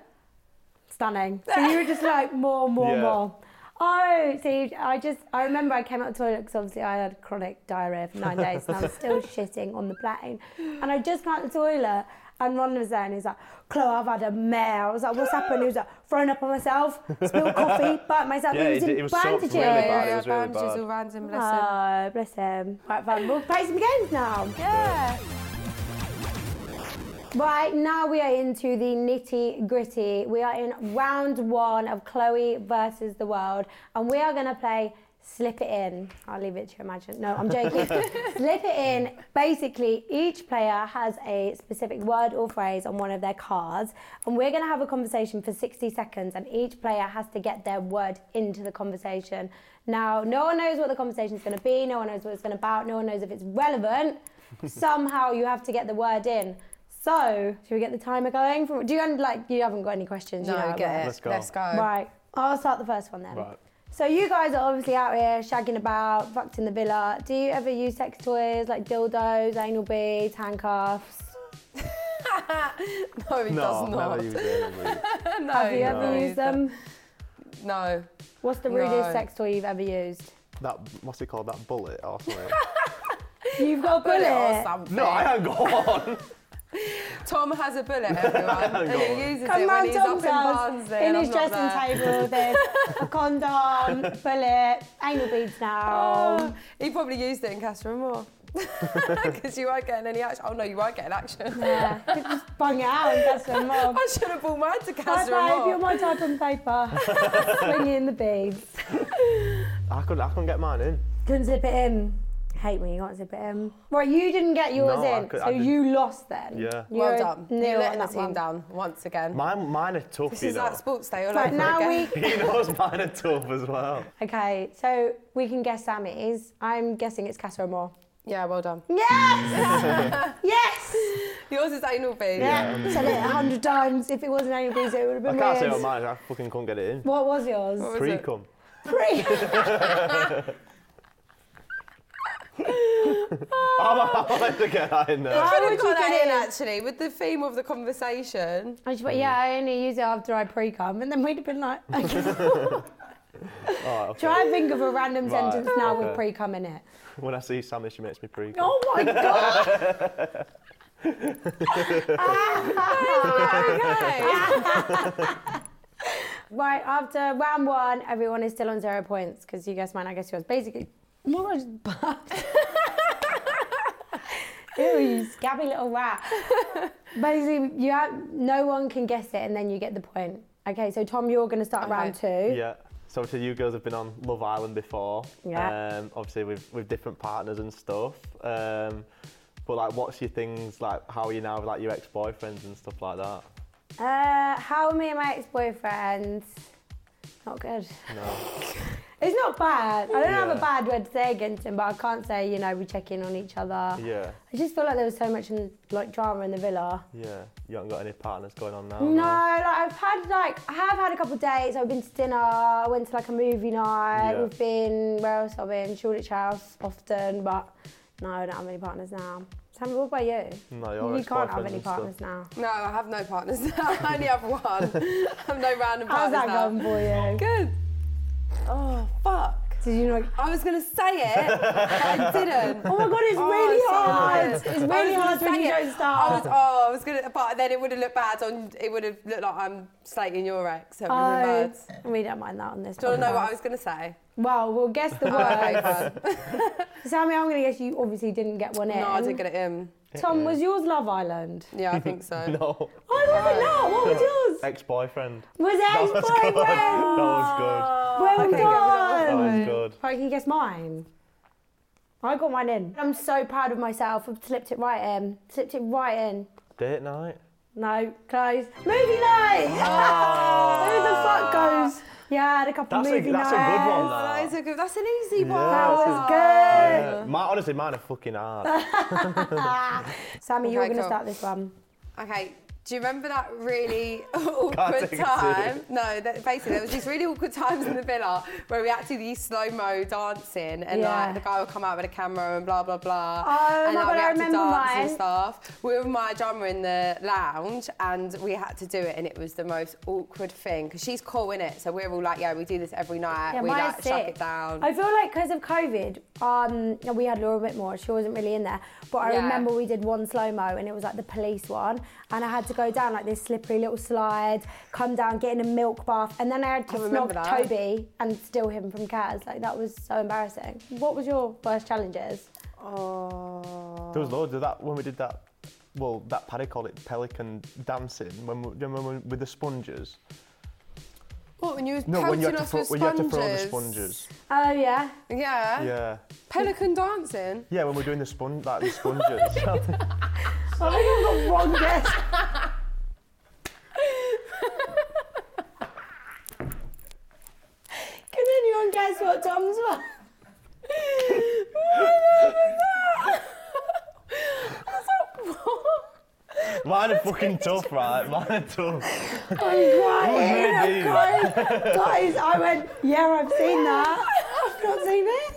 Speaker 1: stunning. So you were
Speaker 3: [LAUGHS]
Speaker 1: just like more, more,
Speaker 3: Yeah.
Speaker 1: more. Oh, see, I just I remember I came out of the toilet because obviously I had chronic diarrhea for nine days and I was
Speaker 3: [LAUGHS]
Speaker 1: still shitting on the plane, and I just came out of the toilet. And Ron was there and he's like, Chloe, I've had a mare. I was like, what's happened? He was like, thrown up on myself,
Speaker 3: [LAUGHS]
Speaker 1: spilled coffee, burnt myself.
Speaker 3: Yeah,
Speaker 1: he was
Speaker 3: it-
Speaker 1: in
Speaker 3: it was soaked
Speaker 1: bandages.
Speaker 3: really bad.
Speaker 2: yeah,
Speaker 3: was really
Speaker 2: bandages
Speaker 3: bad.
Speaker 2: all round him, bless him.
Speaker 1: Oh, bless him. Right, fine. We'll play some games now.
Speaker 2: Yeah.
Speaker 1: Right now we are into the nitty gritty. We are in round one of Chloe versus the world, and we are going to play Slip It In. I'll leave it to your imagine. No, I'm joking. Slip It In. Basically, each player has a specific word or phrase on one of their cards, and we're going to have a conversation for 60 seconds, and each player has to get their word into the conversation. Now, no one knows what the conversation is going to be. No one knows what it's going about. No one knows if it's relevant. Somehow, you have to get the word in. So, should we get the timer going? From, do you and like you haven't got any questions? you know
Speaker 2: No,
Speaker 1: how it
Speaker 2: get it.
Speaker 3: Let's go.
Speaker 2: Let's go.
Speaker 1: works. Right, I'll start the first one then.
Speaker 3: Right.
Speaker 1: So you guys are obviously out here shagging about, fucked in the villa. Do you ever use sex toys like dildos, anal beads, handcuffs?
Speaker 2: No, it
Speaker 3: No,
Speaker 2: does not.
Speaker 3: never use
Speaker 2: [LAUGHS]
Speaker 3: it.
Speaker 2: no,
Speaker 1: Have you
Speaker 2: no.
Speaker 1: ever used them?
Speaker 2: No.
Speaker 1: What's the rudest
Speaker 2: No.
Speaker 1: sex toy you've ever used?
Speaker 3: That what's it called? That bullet or something?
Speaker 2: [LAUGHS]
Speaker 1: You've got a
Speaker 2: Bullet or
Speaker 1: bullet.
Speaker 2: something.
Speaker 3: no, I haven't got one.
Speaker 2: Tom has a bullet, everyone. and
Speaker 3: Go
Speaker 2: he
Speaker 3: on.
Speaker 2: uses
Speaker 1: Come
Speaker 2: it when
Speaker 1: round
Speaker 2: he's
Speaker 1: Tom's
Speaker 2: up in
Speaker 1: house
Speaker 2: Barnsley.
Speaker 1: in
Speaker 2: and
Speaker 1: his
Speaker 2: I'm not
Speaker 1: dressing
Speaker 2: there.
Speaker 1: table. There's a
Speaker 2: [LAUGHS]
Speaker 1: condom, bullet, anal beads now.
Speaker 2: Oh, he probably used it in Castor Moore. [LAUGHS] Because you weren't getting any action. Oh no, you weren't getting action.
Speaker 1: Yeah, could just bung it out and get some more.
Speaker 2: I should have bought mine to
Speaker 1: Bye
Speaker 2: Castor
Speaker 1: bye, if you're
Speaker 2: Moore.
Speaker 1: my type on paper, swing in the beads.
Speaker 3: [LAUGHS] I couldn't. I couldn't get mine in.
Speaker 1: Couldn't zip it in. Hate when you can't zip it in. Right, you didn't get yours
Speaker 3: No, I
Speaker 1: in,
Speaker 3: could-
Speaker 1: so
Speaker 3: I didn't-
Speaker 1: you lost then.
Speaker 3: Yeah.
Speaker 1: You
Speaker 2: Well
Speaker 1: were
Speaker 2: done.
Speaker 1: nil
Speaker 2: You're
Speaker 1: on
Speaker 2: letting the
Speaker 1: that
Speaker 2: team
Speaker 1: one.
Speaker 2: down once again.
Speaker 3: Mine, mine are tough.
Speaker 2: this
Speaker 3: you
Speaker 2: is
Speaker 3: know.
Speaker 2: like sports day all
Speaker 1: Right
Speaker 2: over
Speaker 1: now
Speaker 2: again.
Speaker 1: we
Speaker 3: [LAUGHS] he knows mine are tough
Speaker 2: [LAUGHS]
Speaker 3: as well.
Speaker 1: okay, so we can guess Sammy's. I'm guessing it's Casa Amor.
Speaker 3: [LAUGHS]
Speaker 2: Yeah, well done.
Speaker 1: Yes, yes.
Speaker 2: Yours is anal beads.
Speaker 1: Yeah. Said it a hundred times. If it wasn't any bees, it would have
Speaker 3: I
Speaker 1: been
Speaker 3: can't say
Speaker 1: weird.
Speaker 3: what mine. is, I fucking couldn't get it in.
Speaker 1: What was yours?
Speaker 2: What was
Speaker 3: Pre
Speaker 2: it?
Speaker 3: [LAUGHS] cum.
Speaker 1: Three.
Speaker 2: [LAUGHS]
Speaker 3: Oh, I wanted to get that in there.
Speaker 1: Why
Speaker 2: I
Speaker 1: would
Speaker 2: would
Speaker 1: you
Speaker 2: got
Speaker 1: get
Speaker 2: that in
Speaker 1: it?
Speaker 2: actually with the theme of the conversation.
Speaker 1: I just went, yeah, I only use it after I pre-cum, and then we'd have been
Speaker 3: [LAUGHS]
Speaker 1: like,
Speaker 3: Alright, okay.
Speaker 1: try and think of a random
Speaker 3: Right,
Speaker 1: sentence now with
Speaker 3: okay.
Speaker 1: pre-cum in it.
Speaker 3: When I see Sammy, she makes me pre cum.
Speaker 1: Oh my god! [LAUGHS] Right, after round one, everyone is still on zero points because you guessed mine, I guess yours. Basically, what [LAUGHS] was Ew, you scabby little rat. Basically, you have, no one can guess it and then you get the point. Okay, so Tom, you're going to start round two.
Speaker 3: Yeah. So obviously you girls have been on Love Island before.
Speaker 1: Yeah.
Speaker 3: Um, obviously with with different partners and stuff. Um, but like, what's your things like? How are you now with like your ex-boyfriends and stuff like that?
Speaker 1: Uh, how are me and my ex-boyfriend? Not good.
Speaker 3: No.
Speaker 1: [LAUGHS] It's not bad. I don't have a
Speaker 3: Yeah.
Speaker 1: bad word to say against him, but I can't say, you know, we check in on each other.
Speaker 3: Yeah.
Speaker 1: I just feel like there was so much like drama in the villa.
Speaker 3: Yeah. You haven't got any partners going on now?
Speaker 1: No, like I've had like I have had a couple of dates. I've been to dinner. I went to like a movie night.
Speaker 3: Yeah.
Speaker 1: We've been where else? I've been Shoreditch House often, but no, I don't have any partners now. Sam, what about you?
Speaker 3: No, you're
Speaker 1: you can't have
Speaker 3: ex-boyfriends
Speaker 1: any
Speaker 3: and stuff.
Speaker 1: partners now.
Speaker 2: No, I have no partners [LAUGHS] now. I only have [LAUGHS] one. I have no random
Speaker 1: How's
Speaker 2: partners
Speaker 1: that
Speaker 2: now.
Speaker 1: going for
Speaker 2: [LAUGHS]
Speaker 1: you?
Speaker 2: Good. Oh fuck.
Speaker 1: Did you not?
Speaker 2: I was gonna say it, but I [LAUGHS] didn't.
Speaker 1: Oh my god, it's
Speaker 2: Oh,
Speaker 1: really
Speaker 2: sorry.
Speaker 1: hard. It's
Speaker 2: I was
Speaker 1: really
Speaker 2: gonna
Speaker 1: hard when
Speaker 2: say
Speaker 1: you
Speaker 2: it.
Speaker 1: don't start.
Speaker 2: I was, oh, I was gonna, but then it would have looked bad. On it would have looked like I'm slating your ex. So it would have been bad.
Speaker 1: Oh, we don't mind that on this.
Speaker 2: Do you want to know what
Speaker 1: podcast.
Speaker 2: I was gonna say?
Speaker 1: Well, we'll guess the
Speaker 2: [LAUGHS] Okay,
Speaker 1: word.
Speaker 2: fine.
Speaker 1: Sammy, I'm gonna guess you obviously didn't get one in.
Speaker 2: [LAUGHS] no, I didn't get it in.
Speaker 1: Tom, was yours Love Island?
Speaker 2: Yeah, I think so.
Speaker 3: [LAUGHS] No.
Speaker 1: Oh, was it not? What
Speaker 3: [LAUGHS]
Speaker 1: was yours?
Speaker 3: Ex-boyfriend.
Speaker 1: Was ex
Speaker 3: That was
Speaker 1: boyfriend?
Speaker 3: good. [LAUGHS] That was good.
Speaker 1: Well
Speaker 3: That
Speaker 1: done.
Speaker 3: was good.
Speaker 1: Right, can you guess mine? I got mine in. I'm so proud of myself. I've slipped it right in. Slipped it right in.
Speaker 3: Date night.
Speaker 1: No, close. Movie night! Who the fuck goes? Yeah, I had a couple
Speaker 3: Ah. That's a-
Speaker 1: movie
Speaker 3: that's a good
Speaker 1: nights.
Speaker 3: one,
Speaker 2: Oh, that is a good. That's an easy one.
Speaker 3: That
Speaker 1: That was good.
Speaker 3: Yeah. My, honestly, mine are fucking hard.
Speaker 1: Sammy, you're going
Speaker 2: Okay,
Speaker 1: to
Speaker 2: cool.
Speaker 1: start this one.
Speaker 2: Okay, do you remember that
Speaker 3: [LAUGHS]
Speaker 2: really [LAUGHS] awkward
Speaker 3: take it
Speaker 2: time?
Speaker 3: serious.
Speaker 2: No, that, basically there was these really awkward times in the villa where we had to do these slow mo dancing, and
Speaker 1: Yeah.
Speaker 2: like the guy would come out with a camera and blah blah blah.
Speaker 1: Oh
Speaker 2: and
Speaker 1: my
Speaker 2: like,
Speaker 1: God,
Speaker 2: we
Speaker 1: I
Speaker 2: had
Speaker 1: remember
Speaker 2: to dance
Speaker 1: mine.
Speaker 2: and stuff. We were with my drummer in the lounge, and we had to do it, and it was the most awkward thing because she's cool in it, so we're all like, yeah, we do this every night. we
Speaker 1: mine's
Speaker 2: like shut
Speaker 1: sick.
Speaker 2: it down.
Speaker 1: I feel like because of COVID, um, we had Laura Whitmore. She wasn't really in there, but I
Speaker 2: Yeah.
Speaker 1: remember we did one slow mo, and it was like the police one, and I had to go down like this slippery little slide, come down, get in a milk bath, and then I had to
Speaker 2: I
Speaker 1: snog
Speaker 2: remember that.
Speaker 1: Toby and steal him from Kaz. Like that was so embarrassing. What was your worst challenges?
Speaker 2: oh.
Speaker 3: There was loads of that when we did that well, that paddy called it pelican dancing when, we, do you remember when with the sponges.
Speaker 2: What, when you was
Speaker 3: No, when you, had to
Speaker 2: off
Speaker 3: throw,
Speaker 2: with
Speaker 3: when you had to throw the sponges.
Speaker 1: Oh yeah.
Speaker 2: Yeah.
Speaker 3: Yeah.
Speaker 2: Pelican dancing.
Speaker 3: Yeah, when we're doing the
Speaker 1: [LAUGHS]
Speaker 3: sponge, like the sponges.
Speaker 1: Oh, I got the wrong [LAUGHS] guess. Can anyone guess what Tom's was?
Speaker 3: Mine are fucking tough, right? Mine are tough.
Speaker 1: I'm crying.
Speaker 3: Who's
Speaker 1: I'm
Speaker 3: made
Speaker 1: crying. Guys, I went, yeah, I've seen that. I've not seen it.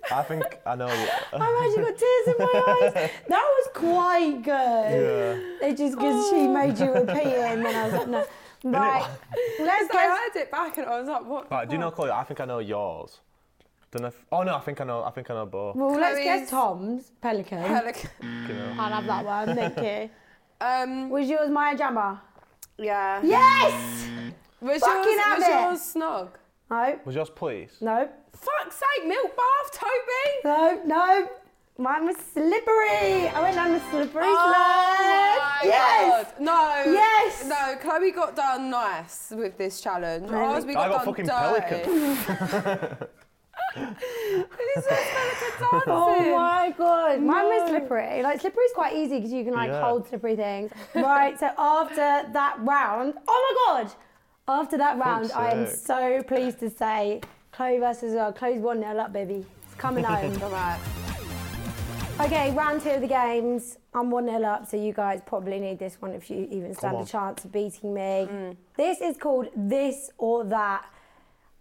Speaker 1: [LAUGHS]
Speaker 3: I think I know. uh, Yeah.
Speaker 1: I've actually got tears in my eyes. That was quite good. It just because she made you repeat it, and then I was like, no. Right, let's
Speaker 2: I
Speaker 1: go.
Speaker 2: heard it back and I was like, what? the
Speaker 3: Right, do you know,
Speaker 2: fuck?
Speaker 3: Chloe? I think I know yours. Don't know if, oh no, I think I know. I think I know both.
Speaker 1: Well, let's guess
Speaker 2: Chloe's-
Speaker 1: Tom's pelican.
Speaker 2: Pelican.
Speaker 3: you know.
Speaker 1: I'll have that one. Thank [LAUGHS] you.
Speaker 2: Um,
Speaker 1: Was yours Maya Jamba?
Speaker 2: yeah.
Speaker 1: Yes.
Speaker 2: Was
Speaker 1: Fucking
Speaker 2: yours,
Speaker 1: have
Speaker 2: was
Speaker 1: it.
Speaker 2: yours snug?
Speaker 1: No.
Speaker 3: Was yours police?
Speaker 1: No.
Speaker 2: Fuck's sake, milk bath, Toby!
Speaker 1: No. No. Mine was slippery. I went down the slippery
Speaker 2: Oh my
Speaker 1: slide. Yes.
Speaker 2: God. No.
Speaker 1: Yes.
Speaker 2: No, Chloe got done nice with this challenge. Ours, we got
Speaker 3: I got
Speaker 2: done
Speaker 3: fucking
Speaker 2: dirty.
Speaker 3: pelican.
Speaker 2: This is pelican
Speaker 1: Oh
Speaker 2: dancing.
Speaker 1: my god. Mine was slippery. Like slippery is quite easy because you can like
Speaker 3: Yeah.
Speaker 1: hold slippery things. Right, so after that round, oh my god! After that round, I am
Speaker 3: sake.
Speaker 1: so pleased to say Chloe versus well, Chloe's one nil up, baby. It's
Speaker 3: [LAUGHS]
Speaker 1: coming home.
Speaker 2: Right. [LAUGHS]
Speaker 1: Okay, round two of the games. I'm one nil up, so you guys probably need this one if you even stand a
Speaker 3: on.
Speaker 1: chance of beating me. This is called this or that.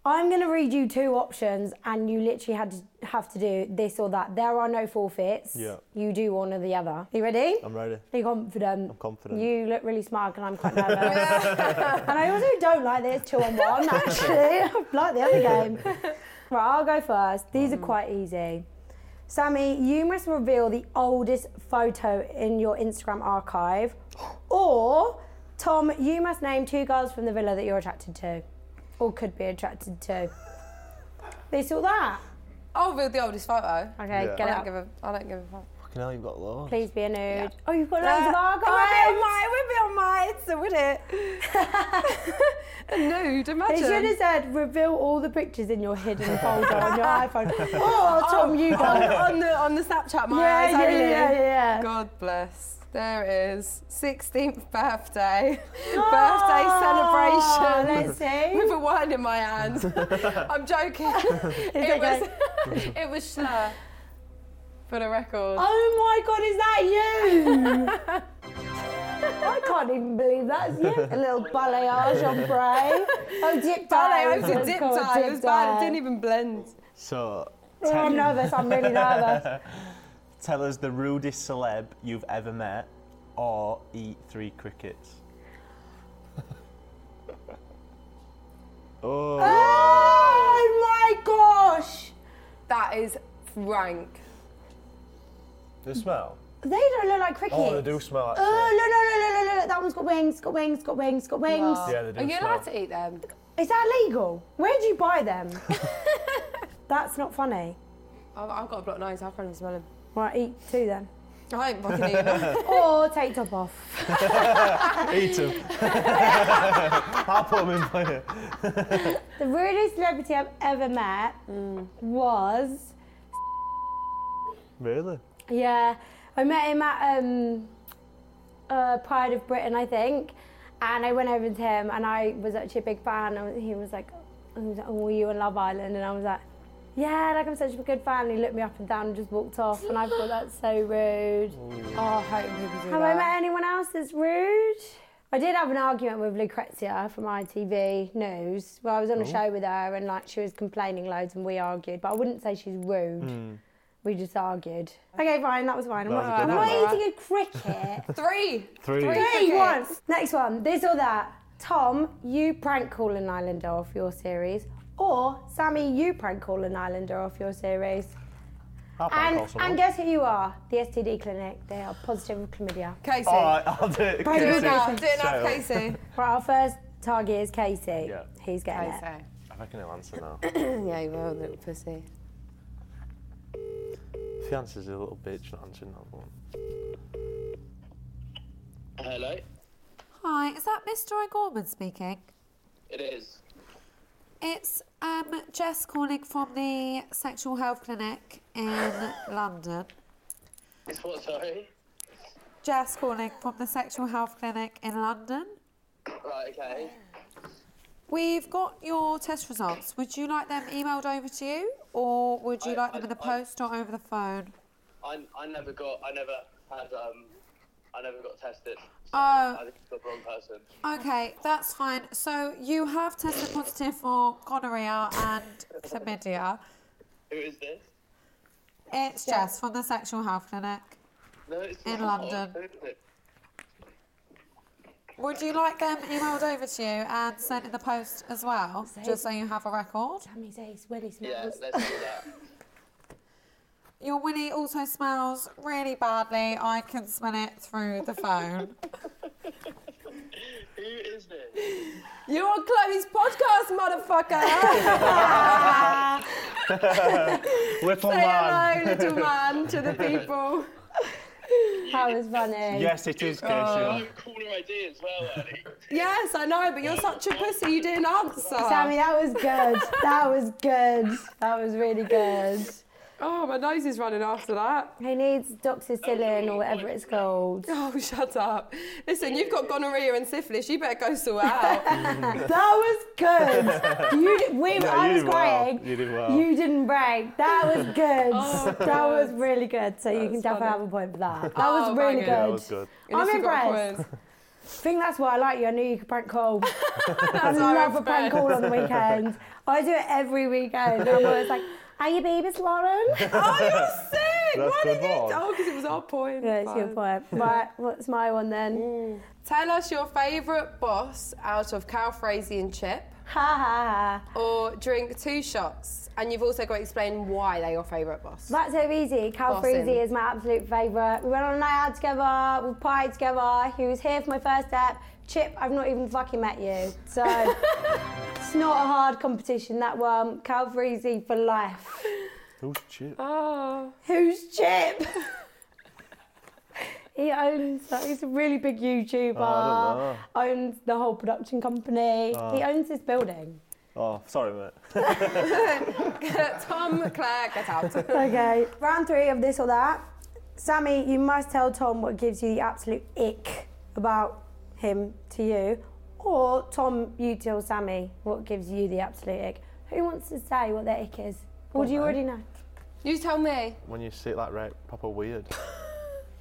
Speaker 1: I'm going to read you two options, and you literally had to have to do this or that. There are no forfeits.
Speaker 3: Yeah.
Speaker 1: You do one or the other. You ready?
Speaker 3: I'm ready.
Speaker 1: Are you confident? I'm
Speaker 3: confident.
Speaker 1: You look really smug, and I'm quite nervous.
Speaker 2: [LAUGHS]
Speaker 1: and I also don't like that it's two on one, actually. [LAUGHS] I like the other game. Right, I'll go first. These are quite easy. Sammy, you must reveal the oldest photo in your Instagram archive. Or, Tom, you must name two girls from the villa that you're attracted to or could be attracted to. They saw that.
Speaker 2: I'll reveal Oh, the oldest photo.
Speaker 1: Okay,
Speaker 3: Yeah.
Speaker 1: get it
Speaker 2: I don't
Speaker 1: up.
Speaker 2: give a. I don't give a fuck.
Speaker 3: Fucking hell, you've got loads.
Speaker 1: Please be a nude. Oh, you've got loads of
Speaker 2: Uh, oh,
Speaker 1: archives.
Speaker 2: We'll be on mine. We'll be on mine. So
Speaker 1: oh [LAUGHS]
Speaker 2: would it? [LAUGHS] a nude. Imagine.
Speaker 1: They should have said, reveal all the pictures in your hidden folder on your iPhone. Oh, Tom, you
Speaker 2: on,
Speaker 1: go.
Speaker 2: on the on the Snapchat, my
Speaker 1: Yeah,
Speaker 2: eyes
Speaker 1: yeah,
Speaker 2: only.
Speaker 1: yeah, yeah.
Speaker 2: God bless. There it is.
Speaker 1: [LAUGHS]
Speaker 2: 16th birthday. [LAUGHS]
Speaker 1: Oh,
Speaker 2: birthday celebration.
Speaker 1: let's see. [LAUGHS]
Speaker 2: [LAUGHS] With a wine in my hand. I'm joking. [LAUGHS] it,
Speaker 1: okay.
Speaker 2: was, it was Schlur. For the record.
Speaker 1: Oh my God, is that you?
Speaker 2: [LAUGHS]
Speaker 1: I can't even believe that's you. A little balayage on Bray. Oh, dip
Speaker 2: [LAUGHS]
Speaker 1: dye.
Speaker 2: Ballet, I was a
Speaker 1: It's
Speaker 2: dip
Speaker 1: called
Speaker 2: dye. It was bad. It didn't even blend.
Speaker 3: So,
Speaker 1: Oh, I'm nervous. I'm
Speaker 2: [LAUGHS]
Speaker 1: really nervous.
Speaker 3: tell us the rudest celeb you've ever met, or eat three crickets. [LAUGHS] oh,
Speaker 2: Ah!
Speaker 1: Oh my gosh.
Speaker 2: That is rank.
Speaker 3: the smell.
Speaker 1: They don't look like crickets.
Speaker 3: Oh, they do smell. Actually.
Speaker 1: Oh, look, look, look, look, look, look. That one's got wings, got wings, got wings, got wings.
Speaker 3: Yeah, they do
Speaker 2: Are you
Speaker 3: smell.
Speaker 2: allowed to
Speaker 1: [LAUGHS]
Speaker 2: eat them?
Speaker 1: Is that legal? Where do you buy them? [LAUGHS] That's not funny.
Speaker 2: I've, I've got a block nose. I can't even smell them.
Speaker 1: Right, eat two then.
Speaker 2: I ain't fucking eating them.
Speaker 1: [LAUGHS] Or take top off.
Speaker 3: Eat them.
Speaker 2: [LAUGHS]
Speaker 3: I'll put them in for you.
Speaker 1: The weirdest celebrity I've ever met was
Speaker 3: Really?
Speaker 1: yeah, I met him at um, uh, Pride of Britain, I think, and I went over to him and I was actually a big fan. And he was like, he was like, "Oh, were you in Love Island?" And I was like, "Yeah, like I'm such a good fan." And he looked me up and down and just walked off, and I thought that's so rude.
Speaker 2: Oh, I hate when people do
Speaker 1: Have I
Speaker 2: that.
Speaker 1: met anyone else that's rude? I did have an argument with Lucrezia from ITV News, where I
Speaker 3: Oh.
Speaker 1: was on a show with her and like she was complaining loads and we argued, but I wouldn't say she's rude. We just argued. Okay, fine, that was fine. I'm
Speaker 3: Hmm.
Speaker 1: not,
Speaker 3: That was a
Speaker 1: I'm
Speaker 3: good
Speaker 1: not
Speaker 2: one.
Speaker 1: eating a
Speaker 3: [LAUGHS]
Speaker 1: cricket.
Speaker 2: Three.
Speaker 3: Three.
Speaker 1: Three,
Speaker 2: crickets.
Speaker 1: one. Next one, this or that. Tom, you prank call an islander off your series, or Sammy, you prank call an islander off your series.
Speaker 3: I'll prank
Speaker 1: And,
Speaker 3: call someone.
Speaker 1: and guess who you are? The STD clinic. They are positive with chlamydia.
Speaker 2: Casey.
Speaker 3: All right, I'll do it.
Speaker 2: Do
Speaker 3: Casey.
Speaker 2: it now. Do it now,
Speaker 3: Oh, So- [LAUGHS]
Speaker 2: Casey.
Speaker 1: Right, our first target is Casey.
Speaker 3: Yeah.
Speaker 1: He's getting it.
Speaker 8: eh?
Speaker 2: Casey. [COUGHS]
Speaker 3: I reckon he'll answer now.
Speaker 2: Yeah, you were a little pussy.
Speaker 3: Fiance's a little bitch not answering that one.
Speaker 6: Hello,
Speaker 8: Hi, is that Miss Joy Gorman speaking?
Speaker 6: it is.
Speaker 8: It's um, Jess calling from the sexual health clinic in London.
Speaker 6: It's what, sorry?
Speaker 8: Jess calling from the sexual health clinic in London.
Speaker 6: Right, okay.
Speaker 8: We've got your test results. Would you like them emailed over to you, or would you
Speaker 6: I-
Speaker 8: like them
Speaker 6: I-
Speaker 8: in the
Speaker 6: I-
Speaker 8: post or over the phone?
Speaker 6: I, I never got, I never had, um, I never got tested. So
Speaker 8: Oh.
Speaker 6: I think it's the wrong person.
Speaker 8: Okay, that's fine. So you have tested positive for gonorrhea and chlamydia.
Speaker 6: Who is this?
Speaker 8: It's Jess from the sexual health clinic.
Speaker 6: No, it's
Speaker 8: In
Speaker 6: not.
Speaker 8: London.
Speaker 6: Who is it?
Speaker 8: Would you like them emailed over to you and sent in the post as well, just so you have a record?
Speaker 1: Mummy days, Willie
Speaker 6: Yeah,
Speaker 1: smells.
Speaker 6: let's do that. [LAUGHS]
Speaker 8: Your Winnie also smells really badly. I can smell it through the phone.
Speaker 6: Who is this?
Speaker 2: [LAUGHS] You're on Chloe's podcast, motherfucker. [LAUGHS]
Speaker 3: Little
Speaker 2: Say
Speaker 3: man.
Speaker 2: hello, little man,
Speaker 3: [LAUGHS]
Speaker 2: to the people.
Speaker 1: That was funny.
Speaker 3: Yes, it is, Casey.
Speaker 6: Oh, caller ID as well, Ellie.
Speaker 2: Yes, I know, but you're such a pussy. You didn't answer.
Speaker 1: Sammy, that was good.
Speaker 3: [LAUGHS]
Speaker 1: that was good. That was really good.
Speaker 2: Oh, my nose is running after that. [LAUGHS]
Speaker 1: He needs doxycycline or whatever it's called.
Speaker 3: [LAUGHS]
Speaker 2: Oh, shut up. Listen, you've got gonorrhea and syphilis. You better go sort out.
Speaker 1: [LAUGHS] That was good. You, did- we,
Speaker 3: No,
Speaker 1: I
Speaker 3: you
Speaker 1: was
Speaker 3: did well.
Speaker 1: crying.
Speaker 3: You did well.
Speaker 1: You didn't break. That was good. that was really good. So you can
Speaker 2: was
Speaker 1: definitely
Speaker 2: funny.
Speaker 1: have a point for that. That
Speaker 2: Oh,
Speaker 1: was really
Speaker 2: banging.
Speaker 1: good.
Speaker 2: Yeah,
Speaker 3: That was good.
Speaker 2: At least
Speaker 1: I'm
Speaker 2: you got a
Speaker 1: impressed.
Speaker 3: [LAUGHS]
Speaker 2: point.
Speaker 1: I think that's why I like you. I knew you could prank
Speaker 2: [LAUGHS]
Speaker 1: call. I
Speaker 2: why I
Speaker 1: love a
Speaker 2: went to
Speaker 1: prank
Speaker 2: bed.
Speaker 1: call on the weekend. I do it every weekend. I'm always like, are your babies Lauren?
Speaker 2: [LAUGHS] Oh, you're sick.
Speaker 3: That's
Speaker 2: Why
Speaker 3: good
Speaker 2: did you?
Speaker 3: one.
Speaker 2: Oh, because it was our point.
Speaker 1: yeah, it's your
Speaker 2: Fine. Mm.
Speaker 1: point. Right, what's my one then?
Speaker 2: Tell us your favourite boss out of Cal Frazee and Chip,
Speaker 1: Ha ha ha.
Speaker 2: or drink two shots. And you've also got to explain why they're your favourite
Speaker 1: [LAUGHS]
Speaker 2: boss. [LAUGHS]
Speaker 1: That's so easy. Cal
Speaker 2: Awesome.
Speaker 1: Freezy is my absolute favourite. We went on a night out together, we partied together. He was here for my first step. Chip, I've not even fucking met you.
Speaker 2: [LAUGHS]
Speaker 1: So it's not a hard competition, that one. Cal Freezy for life.
Speaker 3: Who's chip?
Speaker 2: Oh.
Speaker 1: Who's [LAUGHS] Chip? he owns that. He's a really big YouTuber.
Speaker 3: Oh,
Speaker 1: Owns the whole production company. He owns this building.
Speaker 3: Oh, sorry, mate. [LAUGHS]
Speaker 2: Tom Clare, get out.
Speaker 1: [LAUGHS] Okay. Round three of this or that. Sammy, you must tell Tom what gives you the absolute ick about him to you. Or Tom, you tell Sammy what gives you the absolute ick. Who wants to say what their ick is? Or do you already know?
Speaker 2: you tell me.
Speaker 3: When you sit like right, proper weird.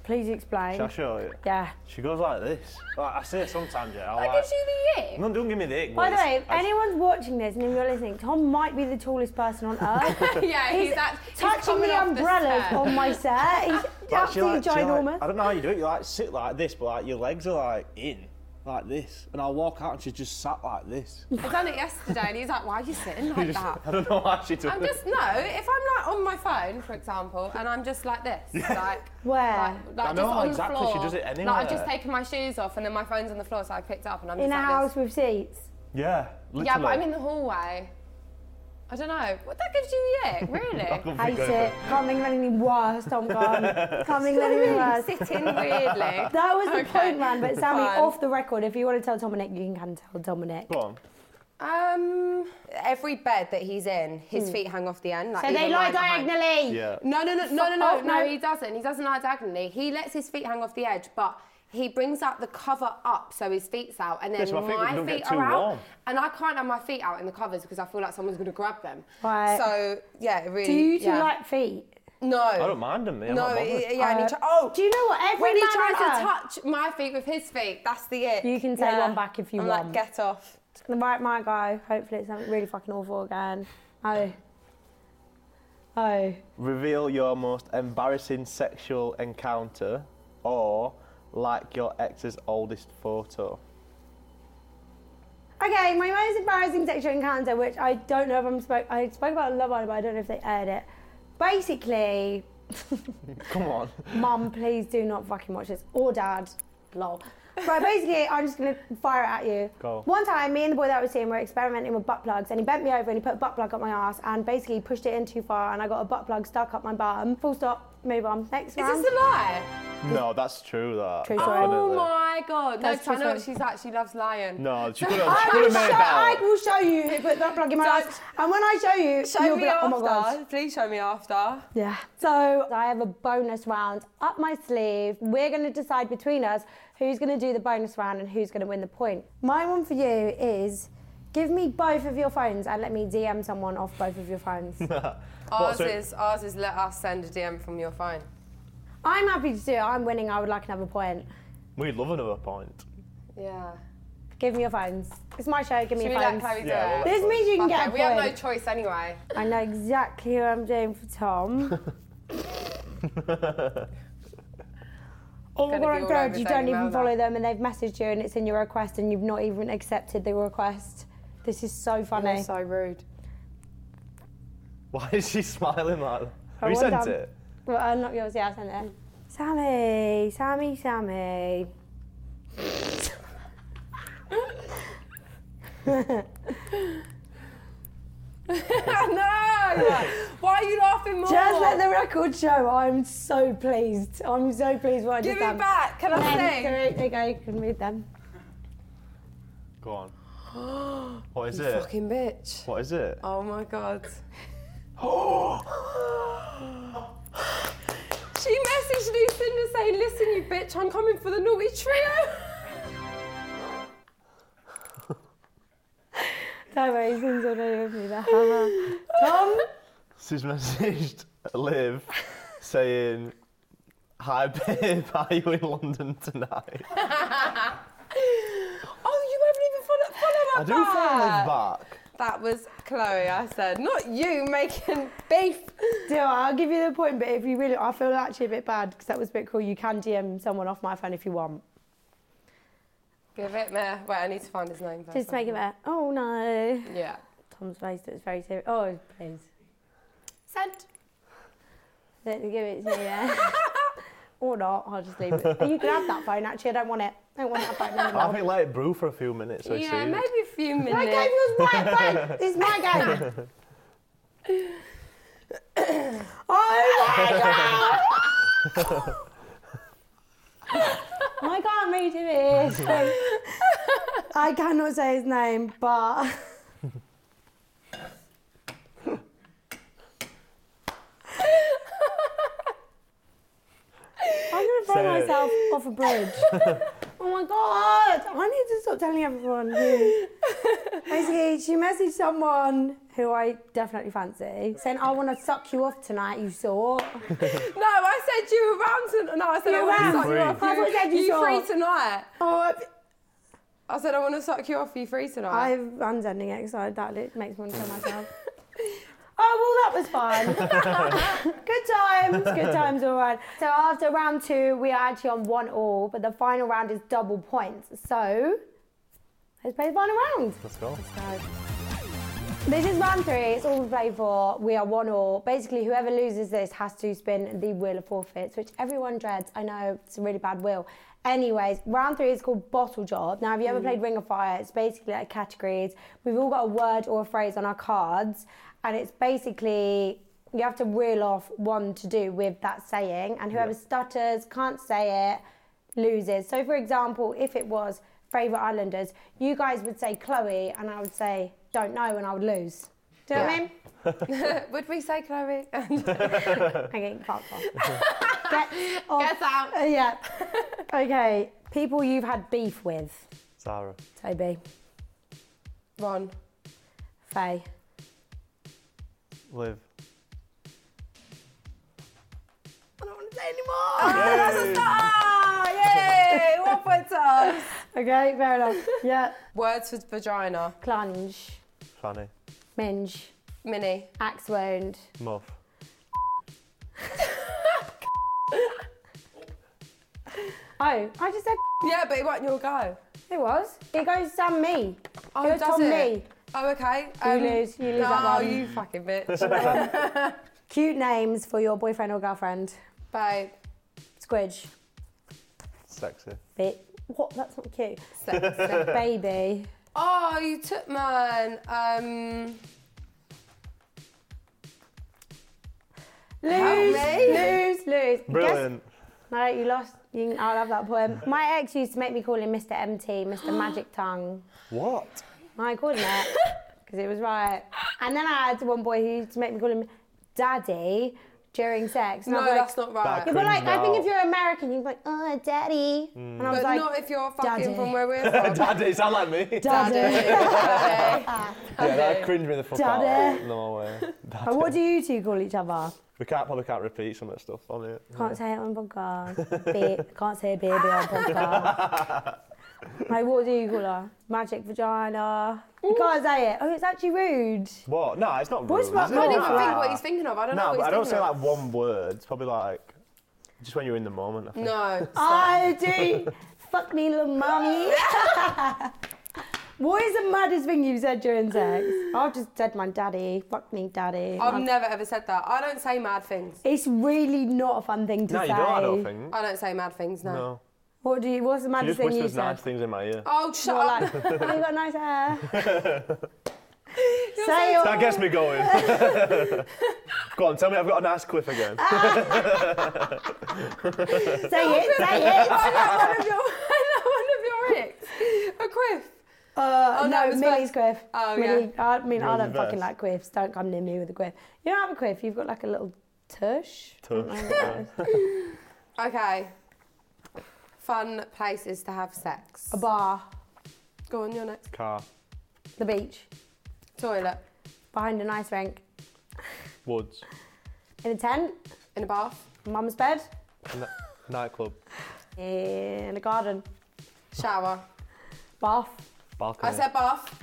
Speaker 1: Please explain.
Speaker 3: Shall I show you?
Speaker 1: Yeah.
Speaker 3: She goes like this. Like, I see it sometimes, yeah. I
Speaker 1: That
Speaker 3: like,
Speaker 1: gives you the ick.
Speaker 3: No, don't give me the ick.
Speaker 1: By the
Speaker 3: but it's-
Speaker 1: way, if
Speaker 3: I-
Speaker 1: anyone's watching this and if you're listening, Tom might be the tallest person on earth.
Speaker 2: Yeah, [LAUGHS] he's, act- he's
Speaker 1: touching
Speaker 2: coming
Speaker 1: the
Speaker 2: off
Speaker 1: umbrellas
Speaker 2: set.
Speaker 1: on
Speaker 2: [LAUGHS]
Speaker 1: my set. He's
Speaker 3: Like, she
Speaker 1: absolutely
Speaker 3: like- she like-
Speaker 1: ginormous.
Speaker 3: I don't know how you do it. You like sit like this, but like your legs are like in, like this. And I'll walk out and she's just sat like this.
Speaker 2: I done it yesterday, and he's like, "Why are you
Speaker 3: [LAUGHS]
Speaker 2: sitting like that?"
Speaker 3: I don't know how she does
Speaker 2: I'm
Speaker 3: it.
Speaker 2: just no. If I'm like on my phone, for example, and I'm just like this, like
Speaker 1: [LAUGHS] Where?
Speaker 2: like, like
Speaker 3: I
Speaker 2: just
Speaker 3: know,
Speaker 2: on
Speaker 3: exactly,
Speaker 2: the
Speaker 3: she
Speaker 2: floor.
Speaker 3: does it
Speaker 2: Like
Speaker 3: anywhere.
Speaker 2: I've just taken my shoes off, and then my phone's on the floor, so I picked it up, and I'm
Speaker 1: in
Speaker 2: just
Speaker 1: a
Speaker 2: like
Speaker 1: house
Speaker 2: This.
Speaker 1: with
Speaker 2: [LAUGHS]
Speaker 1: seats.
Speaker 3: Yeah, literally.
Speaker 2: Yeah, but I'm in the hallway. I don't know. What that gives you the ick,
Speaker 3: [LAUGHS]
Speaker 2: really?
Speaker 1: Hate it. Can't think of anything worse, Tom Gunn.
Speaker 2: [LAUGHS]
Speaker 1: Can't think of anything worse.
Speaker 2: Sitting [LAUGHS] weirdly.
Speaker 1: [LAUGHS] That was the
Speaker 2: Okay,
Speaker 1: point, man. But Sammy,
Speaker 2: fine.
Speaker 1: off the record, if you want to tell Dominic, you can tell Dominic.
Speaker 3: Go on.
Speaker 2: Um, every bed that he's in, his feet hang off the end. Like
Speaker 1: Hmm. So they
Speaker 2: even
Speaker 1: lie
Speaker 2: mine hang.
Speaker 1: diagonally.
Speaker 3: Yeah.
Speaker 2: No, no, no, no, no, no,
Speaker 1: off,
Speaker 2: no.
Speaker 1: no.
Speaker 2: He doesn't. He doesn't lie diagonally. He lets his feet hang off the edge, but he brings out the cover up so his feet's out, and then
Speaker 3: Yes, my feet
Speaker 2: my
Speaker 3: don't
Speaker 2: feet,
Speaker 3: get too
Speaker 2: are out,
Speaker 3: warm.
Speaker 2: and I can't have my feet out in the covers because I feel like someone's going to grab them.
Speaker 1: Right.
Speaker 2: So yeah, it really.
Speaker 1: Do you two
Speaker 2: yeah.
Speaker 1: like feet?
Speaker 2: No.
Speaker 3: I don't mind them, me. I'm
Speaker 2: No,
Speaker 3: not bothered.
Speaker 2: it- yeah, and he
Speaker 1: Uh,
Speaker 2: try- oh,
Speaker 1: do you know what? Every
Speaker 2: when he
Speaker 1: man
Speaker 2: tries
Speaker 1: on earth-
Speaker 2: to touch my feet with his feet, that's the it.
Speaker 1: You can take one back if you
Speaker 2: I'm
Speaker 1: want.
Speaker 2: Like, get off.
Speaker 1: The right might go. Hopefully, it's something really fucking awful again. Oh. Oh.
Speaker 3: Reveal your most embarrassing sexual encounter or like your ex's oldest photo.
Speaker 1: Okay, my most embarrassing sexual encounter, which I don't know if I'm spoke. I spoke about it on Love Island, but I don't know if they aired it. Basically,
Speaker 3: Come on. [LAUGHS]
Speaker 1: mum, please do not fucking watch this. Or dad, lol. Right, basically, I'm just going to fire it at you.
Speaker 3: Go.
Speaker 1: One time, me and the boy that I was seeing were experimenting with butt plugs, and he bent me over and he put a butt plug up my ass and basically pushed it in too far, and I got a butt plug stuck up my bum. Full stop, move on. Next
Speaker 2: Is
Speaker 1: round.
Speaker 2: this a lie?
Speaker 3: No, that's true. That.
Speaker 1: True story.
Speaker 2: Oh
Speaker 3: definitely.
Speaker 2: my god. No,
Speaker 1: That's
Speaker 2: I know
Speaker 1: just
Speaker 2: she's like, she loves lying.
Speaker 3: No,
Speaker 2: [LAUGHS]
Speaker 3: she could have.
Speaker 1: I
Speaker 3: She could
Speaker 1: will,
Speaker 3: have
Speaker 1: show,
Speaker 3: made
Speaker 1: I
Speaker 3: that.
Speaker 1: will show you who put that plug in my
Speaker 2: Don't-
Speaker 1: ass. And when I show you,
Speaker 2: Show
Speaker 1: you'll
Speaker 2: me
Speaker 1: be like, oh
Speaker 2: after.
Speaker 1: my god.
Speaker 2: Please show me after.
Speaker 1: Yeah. So I have a bonus round up my sleeve. We're going to decide between us who's going to do the bonus round and who's going to win the point. My one for you is give me both of your phones and let me DM someone off both of your phones.
Speaker 2: Ours
Speaker 3: so-
Speaker 2: is ours is let us send a DM from your phone.
Speaker 1: I'm happy to do it. I'm winning. I would like another point.
Speaker 3: We'd love another point.
Speaker 2: Yeah.
Speaker 1: Give me your phones. It's my show. Give me
Speaker 2: Should we
Speaker 1: your
Speaker 2: let
Speaker 1: phones.
Speaker 2: Chloe do
Speaker 3: Yeah, we'll
Speaker 2: it?
Speaker 3: let-
Speaker 1: this means you can
Speaker 2: Okay,
Speaker 1: get a
Speaker 2: we have no
Speaker 1: point.
Speaker 2: choice anyway.
Speaker 1: I know exactly who I'm doing for
Speaker 2: [LAUGHS]
Speaker 1: Tom. Oh,
Speaker 2: Gonna
Speaker 1: what
Speaker 2: be
Speaker 1: I'm
Speaker 2: all
Speaker 1: glad
Speaker 2: over
Speaker 1: you
Speaker 2: Daily
Speaker 1: don't even
Speaker 2: Mail
Speaker 1: follow
Speaker 2: now.
Speaker 1: them and they've messaged you and it's in your request and you've not even accepted the request. This is so funny.
Speaker 2: You're so rude.
Speaker 3: Why is she [LAUGHS] smiling like that?
Speaker 1: Oh,
Speaker 3: Have you
Speaker 1: well
Speaker 3: sent
Speaker 1: done.
Speaker 3: it?
Speaker 1: Well, uh, not yours, yeah, I sent it. Sammy, Sammy, Sammy.
Speaker 2: [LAUGHS] no! Why are you laughing more?
Speaker 1: Just let the record show. I'm so pleased. I'm so pleased what I
Speaker 2: Give
Speaker 1: just
Speaker 2: me
Speaker 1: done.
Speaker 2: back. Can I
Speaker 1: Then,
Speaker 2: sing?
Speaker 1: There you go, you can read them.
Speaker 3: Go on. [GASPS] What is
Speaker 2: You
Speaker 3: it?
Speaker 2: fucking bitch.
Speaker 3: What is it?
Speaker 2: Oh my god.
Speaker 1: [GASPS]
Speaker 3: Oh.
Speaker 2: she messaged Lucinda saying, listen, you bitch, I'm coming for the naughty trio.
Speaker 1: Don't worry, he sings all over me. the hammer. Tom,
Speaker 3: [GASPS] She's messaged [LAUGHS] Liv saying, Hi babe, [LAUGHS] are you in London tonight?
Speaker 2: [LAUGHS] oh, you haven't even follow, follow up
Speaker 3: I do follow
Speaker 2: that.
Speaker 3: Liv back.
Speaker 2: That was Chloe, I said. Not you making beef.
Speaker 1: do you know what, I'll give you the point, but if you really, I feel actually a bit bad because that was a bit cool. You can DM someone off my phone if you want.
Speaker 2: Give it me. Wait, I need to find his name first.
Speaker 1: Just make it better. Oh no.
Speaker 2: Yeah.
Speaker 1: Tom's face looks very serious. Oh, please.
Speaker 2: Sent.
Speaker 1: Let me give it to me, yeah. [LAUGHS] or not, I'll just leave it. You can have that phone, actually, I don't want it. I don't want that phone
Speaker 3: I
Speaker 1: anymore.
Speaker 3: think let it brew for a few minutes. So
Speaker 2: yeah,
Speaker 3: see.
Speaker 2: maybe a few minutes.
Speaker 1: I gave you
Speaker 2: [LAUGHS]
Speaker 1: my phone! This is my game! [LAUGHS] oh my god! I can't redo
Speaker 3: [LAUGHS]
Speaker 1: it. [LAUGHS] I cannot say his name, but. [LAUGHS] I'm gonna throw
Speaker 3: Say it.
Speaker 1: myself off a bridge.
Speaker 3: [LAUGHS]
Speaker 1: oh my god! I need to stop telling everyone who. Basically, she messaged someone who I definitely fancy, saying, "I want to suck you off tonight, you sort."
Speaker 2: No, I said you were round tonight. No, I said
Speaker 1: You're
Speaker 2: I want to
Speaker 1: round.
Speaker 2: suck you
Speaker 3: Free.
Speaker 2: off.
Speaker 1: I thought you said you saw.
Speaker 2: free tonight.
Speaker 1: Oh,
Speaker 2: I said I want to suck you off. You free [LAUGHS] tonight.
Speaker 1: I've, I'm sending it because that li- makes me want to kill myself. [LAUGHS] oh, well, that was [LAUGHS] fun. good times, good times, all right. So after round two, we are actually on one all, but the final round is double points. So let's play the final round.
Speaker 3: Let's go.
Speaker 1: This is round three. It's all we play for. We are one all. Basically, whoever loses this has to spin the wheel of forfeits, which everyone dreads. I know it's a really bad wheel. Anyways, round three is called bottle job. Now, have you ever played Ring of Fire? It's basically like categories. We've all got a word or a phrase on our cards, and it's basically you have to reel off one to do with that saying, and whoever stutters can't say it loses. So, for example, if it was favourite Islanders, you guys would say Chloe, and I would say don't know, and I would lose. Do you know
Speaker 2: Yeah. Would we say Chloe? [LAUGHS]
Speaker 1: what I mean? Okay, can't off. Get off.
Speaker 2: Get out.
Speaker 1: Uh, yeah. Okay, people you've had beef with.
Speaker 3: Sarah.
Speaker 1: Toby,
Speaker 2: Ron.
Speaker 1: Faye,
Speaker 3: Liv.
Speaker 2: I don't want to say [LAUGHS] anymore. Oh, yay! One point to us.
Speaker 1: Okay, fair
Speaker 2: [LAUGHS]
Speaker 1: enough. Yeah.
Speaker 2: Words for vagina.
Speaker 1: Plunge,
Speaker 3: Fanny.
Speaker 1: minge,
Speaker 2: Mini.
Speaker 1: axe
Speaker 2: [LAUGHS]
Speaker 1: wound.
Speaker 3: Muff.
Speaker 1: Oh, I just said [LAUGHS]
Speaker 2: Yeah, but it won't your go.
Speaker 1: it was. It goes Sam me.
Speaker 2: Oh,
Speaker 1: it goes
Speaker 2: does
Speaker 1: Tom
Speaker 2: it?
Speaker 1: me.
Speaker 2: Oh, okay.
Speaker 1: You lose, you lose
Speaker 2: no,
Speaker 1: that one.
Speaker 2: you fucking [LAUGHS] bitch.
Speaker 1: Cute names for your boyfriend or girlfriend.
Speaker 2: Babe.
Speaker 1: Squidge,
Speaker 3: Sexy.
Speaker 1: bit, What? That's not cute.
Speaker 2: Sex,
Speaker 3: [LAUGHS]
Speaker 2: sex.
Speaker 1: Baby.
Speaker 2: oh, you took mine. Um,
Speaker 1: Lose,
Speaker 2: me.
Speaker 1: lose, lose.
Speaker 3: Brilliant.
Speaker 1: Guess, no, you lost. You, I love that poem. My ex used to make me call him Mr. MT,
Speaker 2: [GASPS]
Speaker 1: Mr. Magic Tongue.
Speaker 3: What?
Speaker 1: I called him
Speaker 2: [LAUGHS]
Speaker 1: that because it was right. And then I had one boy who used to make me call him Daddy during sex. And I
Speaker 2: no,
Speaker 1: was like,
Speaker 2: that's not right.
Speaker 3: Back
Speaker 1: But like,
Speaker 3: Cringe
Speaker 1: I think if
Speaker 3: out.
Speaker 1: you're American, you'd be like, oh, Daddy.
Speaker 3: Mm.
Speaker 1: And I was
Speaker 2: But
Speaker 1: like,
Speaker 2: not if you're fucking
Speaker 1: Daddy.
Speaker 2: from
Speaker 1: [LAUGHS]
Speaker 2: where we're from.
Speaker 3: Daddy, sound like me.
Speaker 2: Daddy.
Speaker 3: Yeah, that cringed me the fuck
Speaker 1: Daddy.
Speaker 3: out. No way. Daddy.
Speaker 1: "Oh, what do you two call each other?
Speaker 3: We can't probably can't repeat some of that stuff on it.
Speaker 1: Can't say it on
Speaker 3: [LAUGHS]
Speaker 1: podcast. Be- can't say baby on podcast. like, what do you call her? Magic vagina. You can't say it. Oh, it's actually rude.
Speaker 3: What? No, it's not rude.
Speaker 1: What's
Speaker 3: is
Speaker 1: wrong
Speaker 3: it?
Speaker 2: I don't
Speaker 1: with
Speaker 2: even
Speaker 1: Nah.
Speaker 2: think what he's thinking of. I don't know
Speaker 3: No,
Speaker 2: what
Speaker 3: but
Speaker 2: he's
Speaker 3: I don't say
Speaker 2: thinking
Speaker 3: like one word. It's probably like just when you're in the moment. I think.
Speaker 2: of. No.
Speaker 1: I
Speaker 3: [LAUGHS]
Speaker 1: do. Fuck me, little mummy. what is the maddest thing you've said during sex? I've just said my daddy. Fuck me, daddy. Um,
Speaker 2: I've never ever said that. I don't say mad things.
Speaker 1: it's really not a fun thing to
Speaker 3: No,
Speaker 1: say.
Speaker 3: you don't. I don't think.
Speaker 2: I don't say mad things, no.
Speaker 3: No.
Speaker 1: What do you? What's the
Speaker 3: She
Speaker 1: maddest
Speaker 3: just
Speaker 1: thing you
Speaker 3: whispers
Speaker 1: said?
Speaker 3: nice things in my ear.
Speaker 2: Oh, shut
Speaker 1: You're
Speaker 2: up.
Speaker 3: [LAUGHS]
Speaker 1: like, oh, you got nice hair.
Speaker 2: so
Speaker 1: say your
Speaker 3: That gets
Speaker 1: [LAUGHS]
Speaker 3: me going. Go on, tell me I've got a nice
Speaker 1: [LAUGHS]
Speaker 3: quiff again.
Speaker 1: Say
Speaker 2: [LAUGHS]
Speaker 1: it, say it.
Speaker 2: I know one of your, I know one of your ex. [LAUGHS] A quiff.
Speaker 1: Uh,
Speaker 2: Oh, no,
Speaker 1: no,
Speaker 2: it was
Speaker 1: Millie's
Speaker 2: Beth.
Speaker 1: quiff.
Speaker 2: Oh,
Speaker 1: Millie, I mean, I
Speaker 3: Yours
Speaker 1: don't
Speaker 3: is
Speaker 1: fucking like
Speaker 3: Beth's.
Speaker 1: quiffs. Don't come near me with a quiff. You don't have a quiff. You've got like a little tush.
Speaker 3: Tush.
Speaker 2: Okay. Fun places to have sex.
Speaker 1: A bar,
Speaker 2: Go on, you're next.
Speaker 3: Car,
Speaker 1: the beach,
Speaker 2: Toilet.
Speaker 1: behind an ice rink,
Speaker 3: woods,
Speaker 1: in a tent,
Speaker 2: In a bath.
Speaker 1: mum's bed,
Speaker 3: n- nightclub,
Speaker 1: in a garden,
Speaker 2: Shower.
Speaker 1: bath.
Speaker 3: balcony.
Speaker 2: I said bath.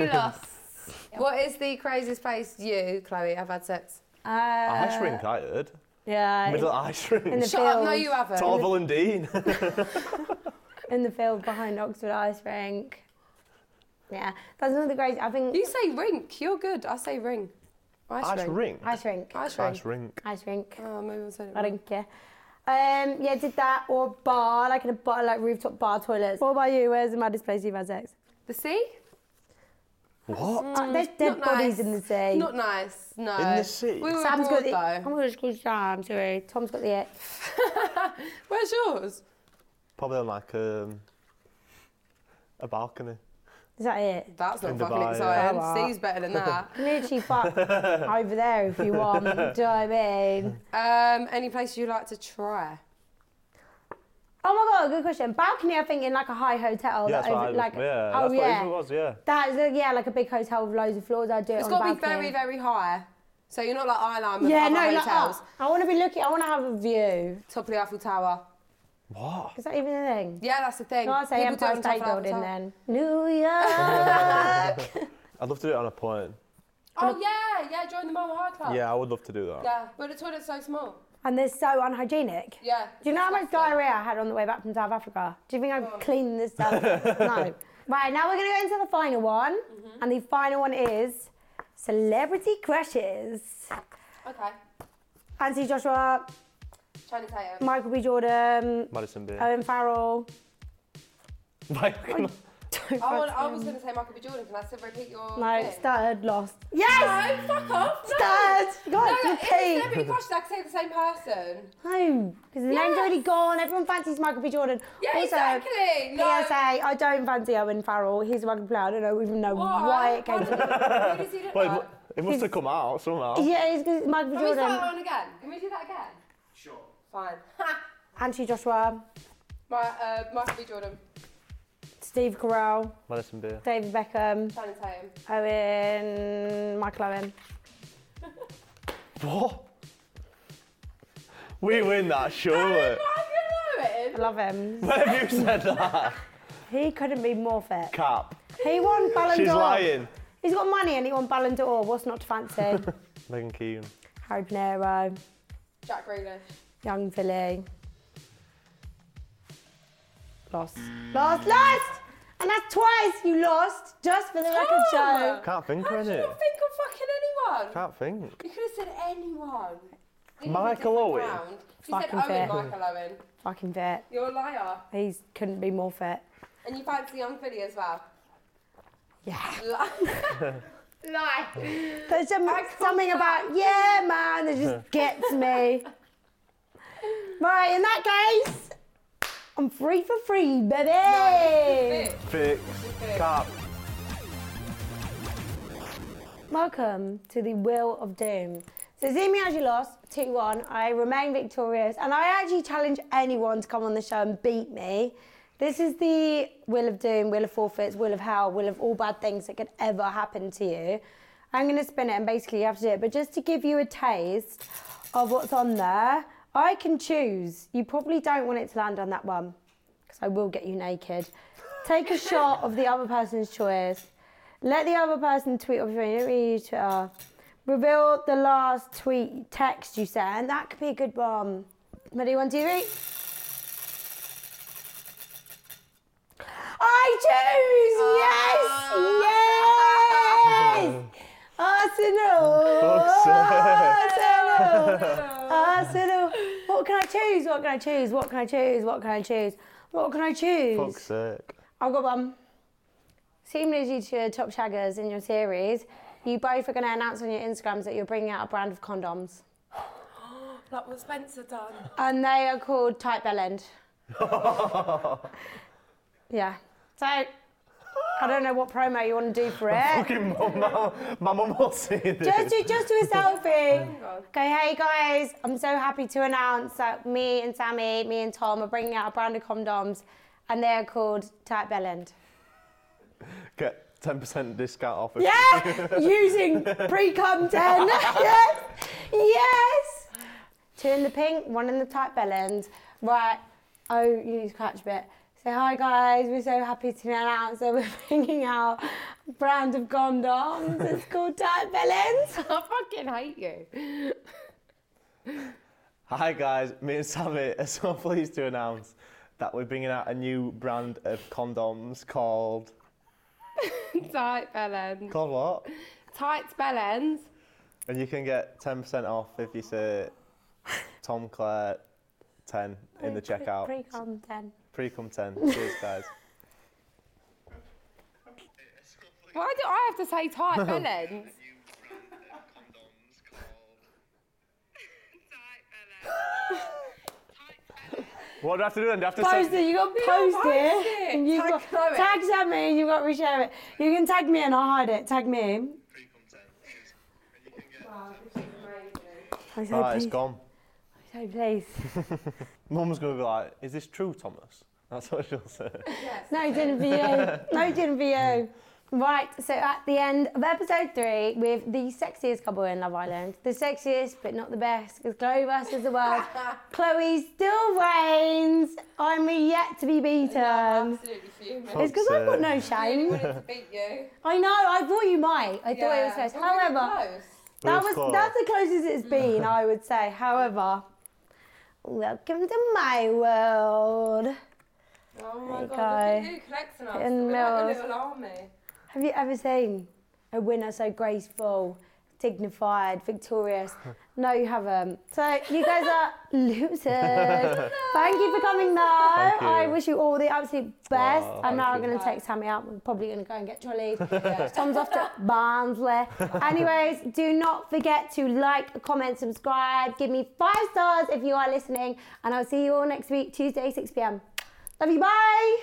Speaker 2: You lost. What is the craziest place you, Chloe, have had sex?
Speaker 1: Uh,
Speaker 3: Ice rink, I heard.
Speaker 1: Yeah,
Speaker 3: Middle
Speaker 1: in,
Speaker 3: ice rink.
Speaker 1: in the
Speaker 2: Shut up,
Speaker 1: field.
Speaker 2: no, you haven't.
Speaker 3: Torval and Dean.
Speaker 1: in the field behind Oxford Ice Rink. Yeah, that's another great. I think
Speaker 2: You say rink. You're good. I say ring. Ice,
Speaker 3: Ice
Speaker 2: rink.
Speaker 3: rink.
Speaker 1: ice rink,
Speaker 2: Ice rink.
Speaker 3: Ice rink.
Speaker 1: ice rink.
Speaker 2: Oh, maybe I said it
Speaker 1: I
Speaker 2: wrong.
Speaker 1: don't care. Um, yeah, did that or bar, like in a bar, like rooftop bar toilets. What about you? Where's the maddest place you've had sex?
Speaker 2: The sea?
Speaker 3: What?
Speaker 1: Uh, there's dead
Speaker 2: Not
Speaker 1: bodies
Speaker 2: nice.
Speaker 1: in the sea.
Speaker 2: Not nice. No.
Speaker 3: In the sea?
Speaker 2: We were
Speaker 1: Sam's got
Speaker 2: bored,
Speaker 1: the. I'm
Speaker 2: though.
Speaker 1: gonna just call Sam. Sorry, Tom's got the it.
Speaker 2: Where's yours?
Speaker 3: Probably on like um, a balcony.
Speaker 1: Is that
Speaker 2: [LAUGHS]
Speaker 1: it?
Speaker 2: That's not
Speaker 3: In
Speaker 2: fucking
Speaker 3: Dubai, yeah.
Speaker 2: exciting.
Speaker 1: Oh, well.
Speaker 2: Sea's better than
Speaker 3: [LAUGHS]
Speaker 2: that.
Speaker 1: Literally, fuck over there if you want. Do you know what I
Speaker 3: [LAUGHS]
Speaker 1: mean?
Speaker 2: um, any place you like to try?
Speaker 1: Oh my god, good question. Balcony, I think in like a high hotel.
Speaker 3: Yeah,
Speaker 1: that
Speaker 3: that's what I
Speaker 1: over-
Speaker 3: was.
Speaker 1: like,
Speaker 3: yeah,
Speaker 1: oh
Speaker 3: that's
Speaker 1: yeah.
Speaker 3: what it was. Yeah.
Speaker 1: That is a, yeah, like a big hotel with loads of floors. I do it
Speaker 2: It's
Speaker 1: on
Speaker 2: got to be
Speaker 1: balcony.
Speaker 2: very, very high. So you're not like Island with
Speaker 1: Yeah,
Speaker 2: other
Speaker 1: no, like,
Speaker 2: hotels.
Speaker 1: oh, I want to be looking. I want to have a view.
Speaker 2: Top of the Eiffel Tower.
Speaker 3: What?
Speaker 1: Is that even a thing?
Speaker 2: Yeah, that's the thing.
Speaker 1: No, I say
Speaker 2: People do it
Speaker 1: Empire
Speaker 2: on top
Speaker 1: State
Speaker 2: of the Eiffel
Speaker 1: Building
Speaker 2: Tower.
Speaker 1: then. New York.
Speaker 2: [LAUGHS]
Speaker 3: I'd love to do it on a plane.
Speaker 2: Oh yeah, yeah. Join the Mama High Club.
Speaker 3: Yeah, I would love to do that.
Speaker 2: Yeah, but the toilet's so small.
Speaker 1: and they're so unhygienic.
Speaker 2: Yeah.
Speaker 1: Do you know how much diarrhea I had on the way back from South Africa? Do you think
Speaker 2: Oh.
Speaker 1: I've cleaned this
Speaker 2: [LAUGHS]
Speaker 1: up? no. Right, now we're going to go into the final one.
Speaker 2: Mm-hmm.
Speaker 1: And the final one is celebrity crushes.
Speaker 2: Okay.
Speaker 1: Anthony Joshua,
Speaker 2: Channing Tatum.
Speaker 1: Michael B. Jordan,
Speaker 3: Madison Beer.
Speaker 1: Owen Farrell.
Speaker 3: [LAUGHS]
Speaker 1: [LAUGHS]
Speaker 3: Like,
Speaker 2: I, want, I was going to say Michael B. Jordan. Can I still repeat your
Speaker 1: No,
Speaker 2: thing?
Speaker 1: stuttered, lost. Yes!
Speaker 2: No, fuck off. No.
Speaker 1: Stuttered!
Speaker 2: No,
Speaker 1: God,
Speaker 2: no,
Speaker 1: you
Speaker 2: if it's
Speaker 1: team.
Speaker 2: celebrity
Speaker 3: [LAUGHS]
Speaker 2: crushes, I can say the same person.
Speaker 1: No, because the name's
Speaker 2: Yes.
Speaker 1: already gone. Everyone fancies Michael B. Jordan.
Speaker 2: Yeah, exactly. No.
Speaker 1: PSA, I don't fancy Owen Farrell. He's a rugby player. I don't know even know why it came. to [LAUGHS]
Speaker 2: Who does he look
Speaker 3: well, it
Speaker 2: like?
Speaker 3: mu- it must have come out somehow.
Speaker 1: Yeah, it's because Michael B.
Speaker 2: Can we start that
Speaker 1: Jordan,
Speaker 2: one again? Can we do that again? Sure. Fine. [LAUGHS]
Speaker 1: Anthony Joshua,
Speaker 2: My, uh, Michael B. Jordan,
Speaker 1: Steve Carell,
Speaker 3: Madison Beer.
Speaker 1: David Beckham,
Speaker 2: Channing
Speaker 1: [LAUGHS]
Speaker 2: Tatum.
Speaker 1: Owen, Michael Owen.
Speaker 3: What? We win that, surely.
Speaker 2: Fucking
Speaker 1: I love him.
Speaker 3: Where have you said that?
Speaker 1: He couldn't be more fit.
Speaker 3: Cap.
Speaker 1: He won Ballon d'Or.
Speaker 3: She's lying.
Speaker 1: He's got money and he won Ballon d'Or. What's not to
Speaker 3: [LAUGHS]
Speaker 1: fancy?
Speaker 3: Megan Keegan.
Speaker 1: Harry Panero,
Speaker 2: Jack Grealish.
Speaker 1: Young Philly. Lost. Lost, lost! And that's twice you lost, just for the record show.
Speaker 3: Can't think
Speaker 2: How
Speaker 3: of
Speaker 2: did you
Speaker 3: it.
Speaker 2: not think of fucking anyone?
Speaker 3: Can't think.
Speaker 2: You could have said anyone. You didn't
Speaker 3: Michael
Speaker 2: even
Speaker 3: Owen.
Speaker 2: round. You
Speaker 1: Fucking
Speaker 2: said
Speaker 1: fair.
Speaker 2: Owen, Michael Owen.
Speaker 1: fucking fit.
Speaker 2: You're a liar.
Speaker 1: He couldn't be more fit.
Speaker 2: And you fancy young Philly as well.
Speaker 1: Yeah.
Speaker 2: Lie. Lie.
Speaker 1: There's some,
Speaker 2: I can't
Speaker 1: something about, yeah, man, that just gets me. Right, in that case, I'm free for free, baby.
Speaker 3: Fix. Cap.
Speaker 1: Welcome to the Wheel of Doom. So Zimi actually lost 2-1. I remain victorious. And I actually challenge anyone to come on the show and beat me. This is the Wheel of Doom, Wheel of Forfeits, Wheel of Hell, Wheel of all bad things that could ever happen to you. I'm going to spin it and basically you have to do it. But just to give you a taste of what's on there, I can choose. You probably don't want it to land on that one because I will get you naked. Take a shot of the other person's choice. Let the other person tweet or you don't really use Twitter. Reveal the last tweet text you sent. That could be a good one. Ready, one, two, three. I choose! Yes! Yes!
Speaker 3: Fuck's
Speaker 1: Arsenal! Arsenal! Arsenal! What can I choose? What can I choose? What can I choose? What can I choose? What can I choose?
Speaker 3: Fuck's sake.
Speaker 1: I've got um, one. Seemingly due to your top shaggers in your series, you both are going to announce on your Instagrams that you're bringing out a brand of condoms.
Speaker 2: Like what Spencer done.
Speaker 1: And they are called Tight
Speaker 3: [LAUGHS]
Speaker 1: Bellend. yeah. So, I don't know what promo you want to do for it.
Speaker 3: Fucking mum, my, my mum will see this.
Speaker 1: Just do, just [LAUGHS] do a selfie. Okay, hey guys, I'm so happy to announce that me and Sammy, me and Tom are bringing out a brand of condoms and they are called Tight Bellend.
Speaker 3: Get 10% discount off. if-
Speaker 1: [LAUGHS] Yeah, using pre-cum 10. [LAUGHS] yes, yes. Two in the pink, one in the tight bellend. Right, oh, you need to catch a bit. Say, hi guys, we're so happy to announce that we're [LAUGHS] bringing out a brand of condoms. It's called tight [LAUGHS] bellends.
Speaker 2: I fucking hate you.
Speaker 3: Hi guys, me and Sammy are so [LAUGHS] pleased to announce that we're bringing out a new brand of condoms called.
Speaker 2: Tight bell ends.
Speaker 3: Called what?
Speaker 2: Tight bell ends.
Speaker 3: And you can get 10% off if you say Tom Clare 10 in the checkout.
Speaker 1: Pre-cum 10.
Speaker 3: Pre cum 10. Cheers, guys.
Speaker 2: Why do I have to say tight bell ends?
Speaker 3: What do I have to do then? Do I have to
Speaker 1: Post
Speaker 3: send-
Speaker 1: it, you got to
Speaker 2: gotta
Speaker 1: post
Speaker 2: post
Speaker 1: it.
Speaker 2: it.
Speaker 1: and You've
Speaker 2: Tag
Speaker 1: got,
Speaker 2: Chloe.
Speaker 1: tag Sammy and you've got to reshare it. You can tag me and I'll hide it. Tag me. I'm so
Speaker 3: Ah, it's
Speaker 1: pleased.
Speaker 3: gone.
Speaker 1: So pleased.
Speaker 3: Mum's going to be like, is this true, Thomas? That's what she'll say.
Speaker 1: No, it didn't for you. No, it didn't for you. Right, so at the end of episode three, with the sexiest couple in Love Island, the sexiest but not the best, because Chloe versus the
Speaker 2: [LAUGHS]
Speaker 1: world, Chloe still reigns. I'm yet to be beaten.
Speaker 2: Absolutely fuming.
Speaker 1: It's because I've got no
Speaker 2: [LAUGHS] I
Speaker 1: shame.
Speaker 2: wanted to beat you.
Speaker 1: I know. I thought you might. I thought it was close. However, that was that's the closest it's been, I would say. However, welcome to my world.
Speaker 2: Oh my
Speaker 1: There you
Speaker 2: god, look at
Speaker 1: go.
Speaker 2: you collecting us.
Speaker 1: In
Speaker 2: We're like a
Speaker 1: Mills.
Speaker 2: little army.
Speaker 1: Have you ever seen a winner so graceful, dignified,
Speaker 3: [LAUGHS]
Speaker 1: victorious? No, you haven't. So you guys are
Speaker 3: [LAUGHS]
Speaker 1: losers. Thank you for coming though.
Speaker 3: Thank you.
Speaker 1: I wish you all the absolute best.
Speaker 3: Wow,
Speaker 1: I'm
Speaker 3: thank
Speaker 1: now
Speaker 3: you.
Speaker 1: going to take Sammy out. We're probably going to go and get
Speaker 3: [LAUGHS]
Speaker 1: trolleys. Tom's off to Barnsley. Anyways, do not forget to like, comment, subscribe. Give me five stars if you are listening. And I'll see you all next week, Tuesday, 6 p.m. Love you. Bye.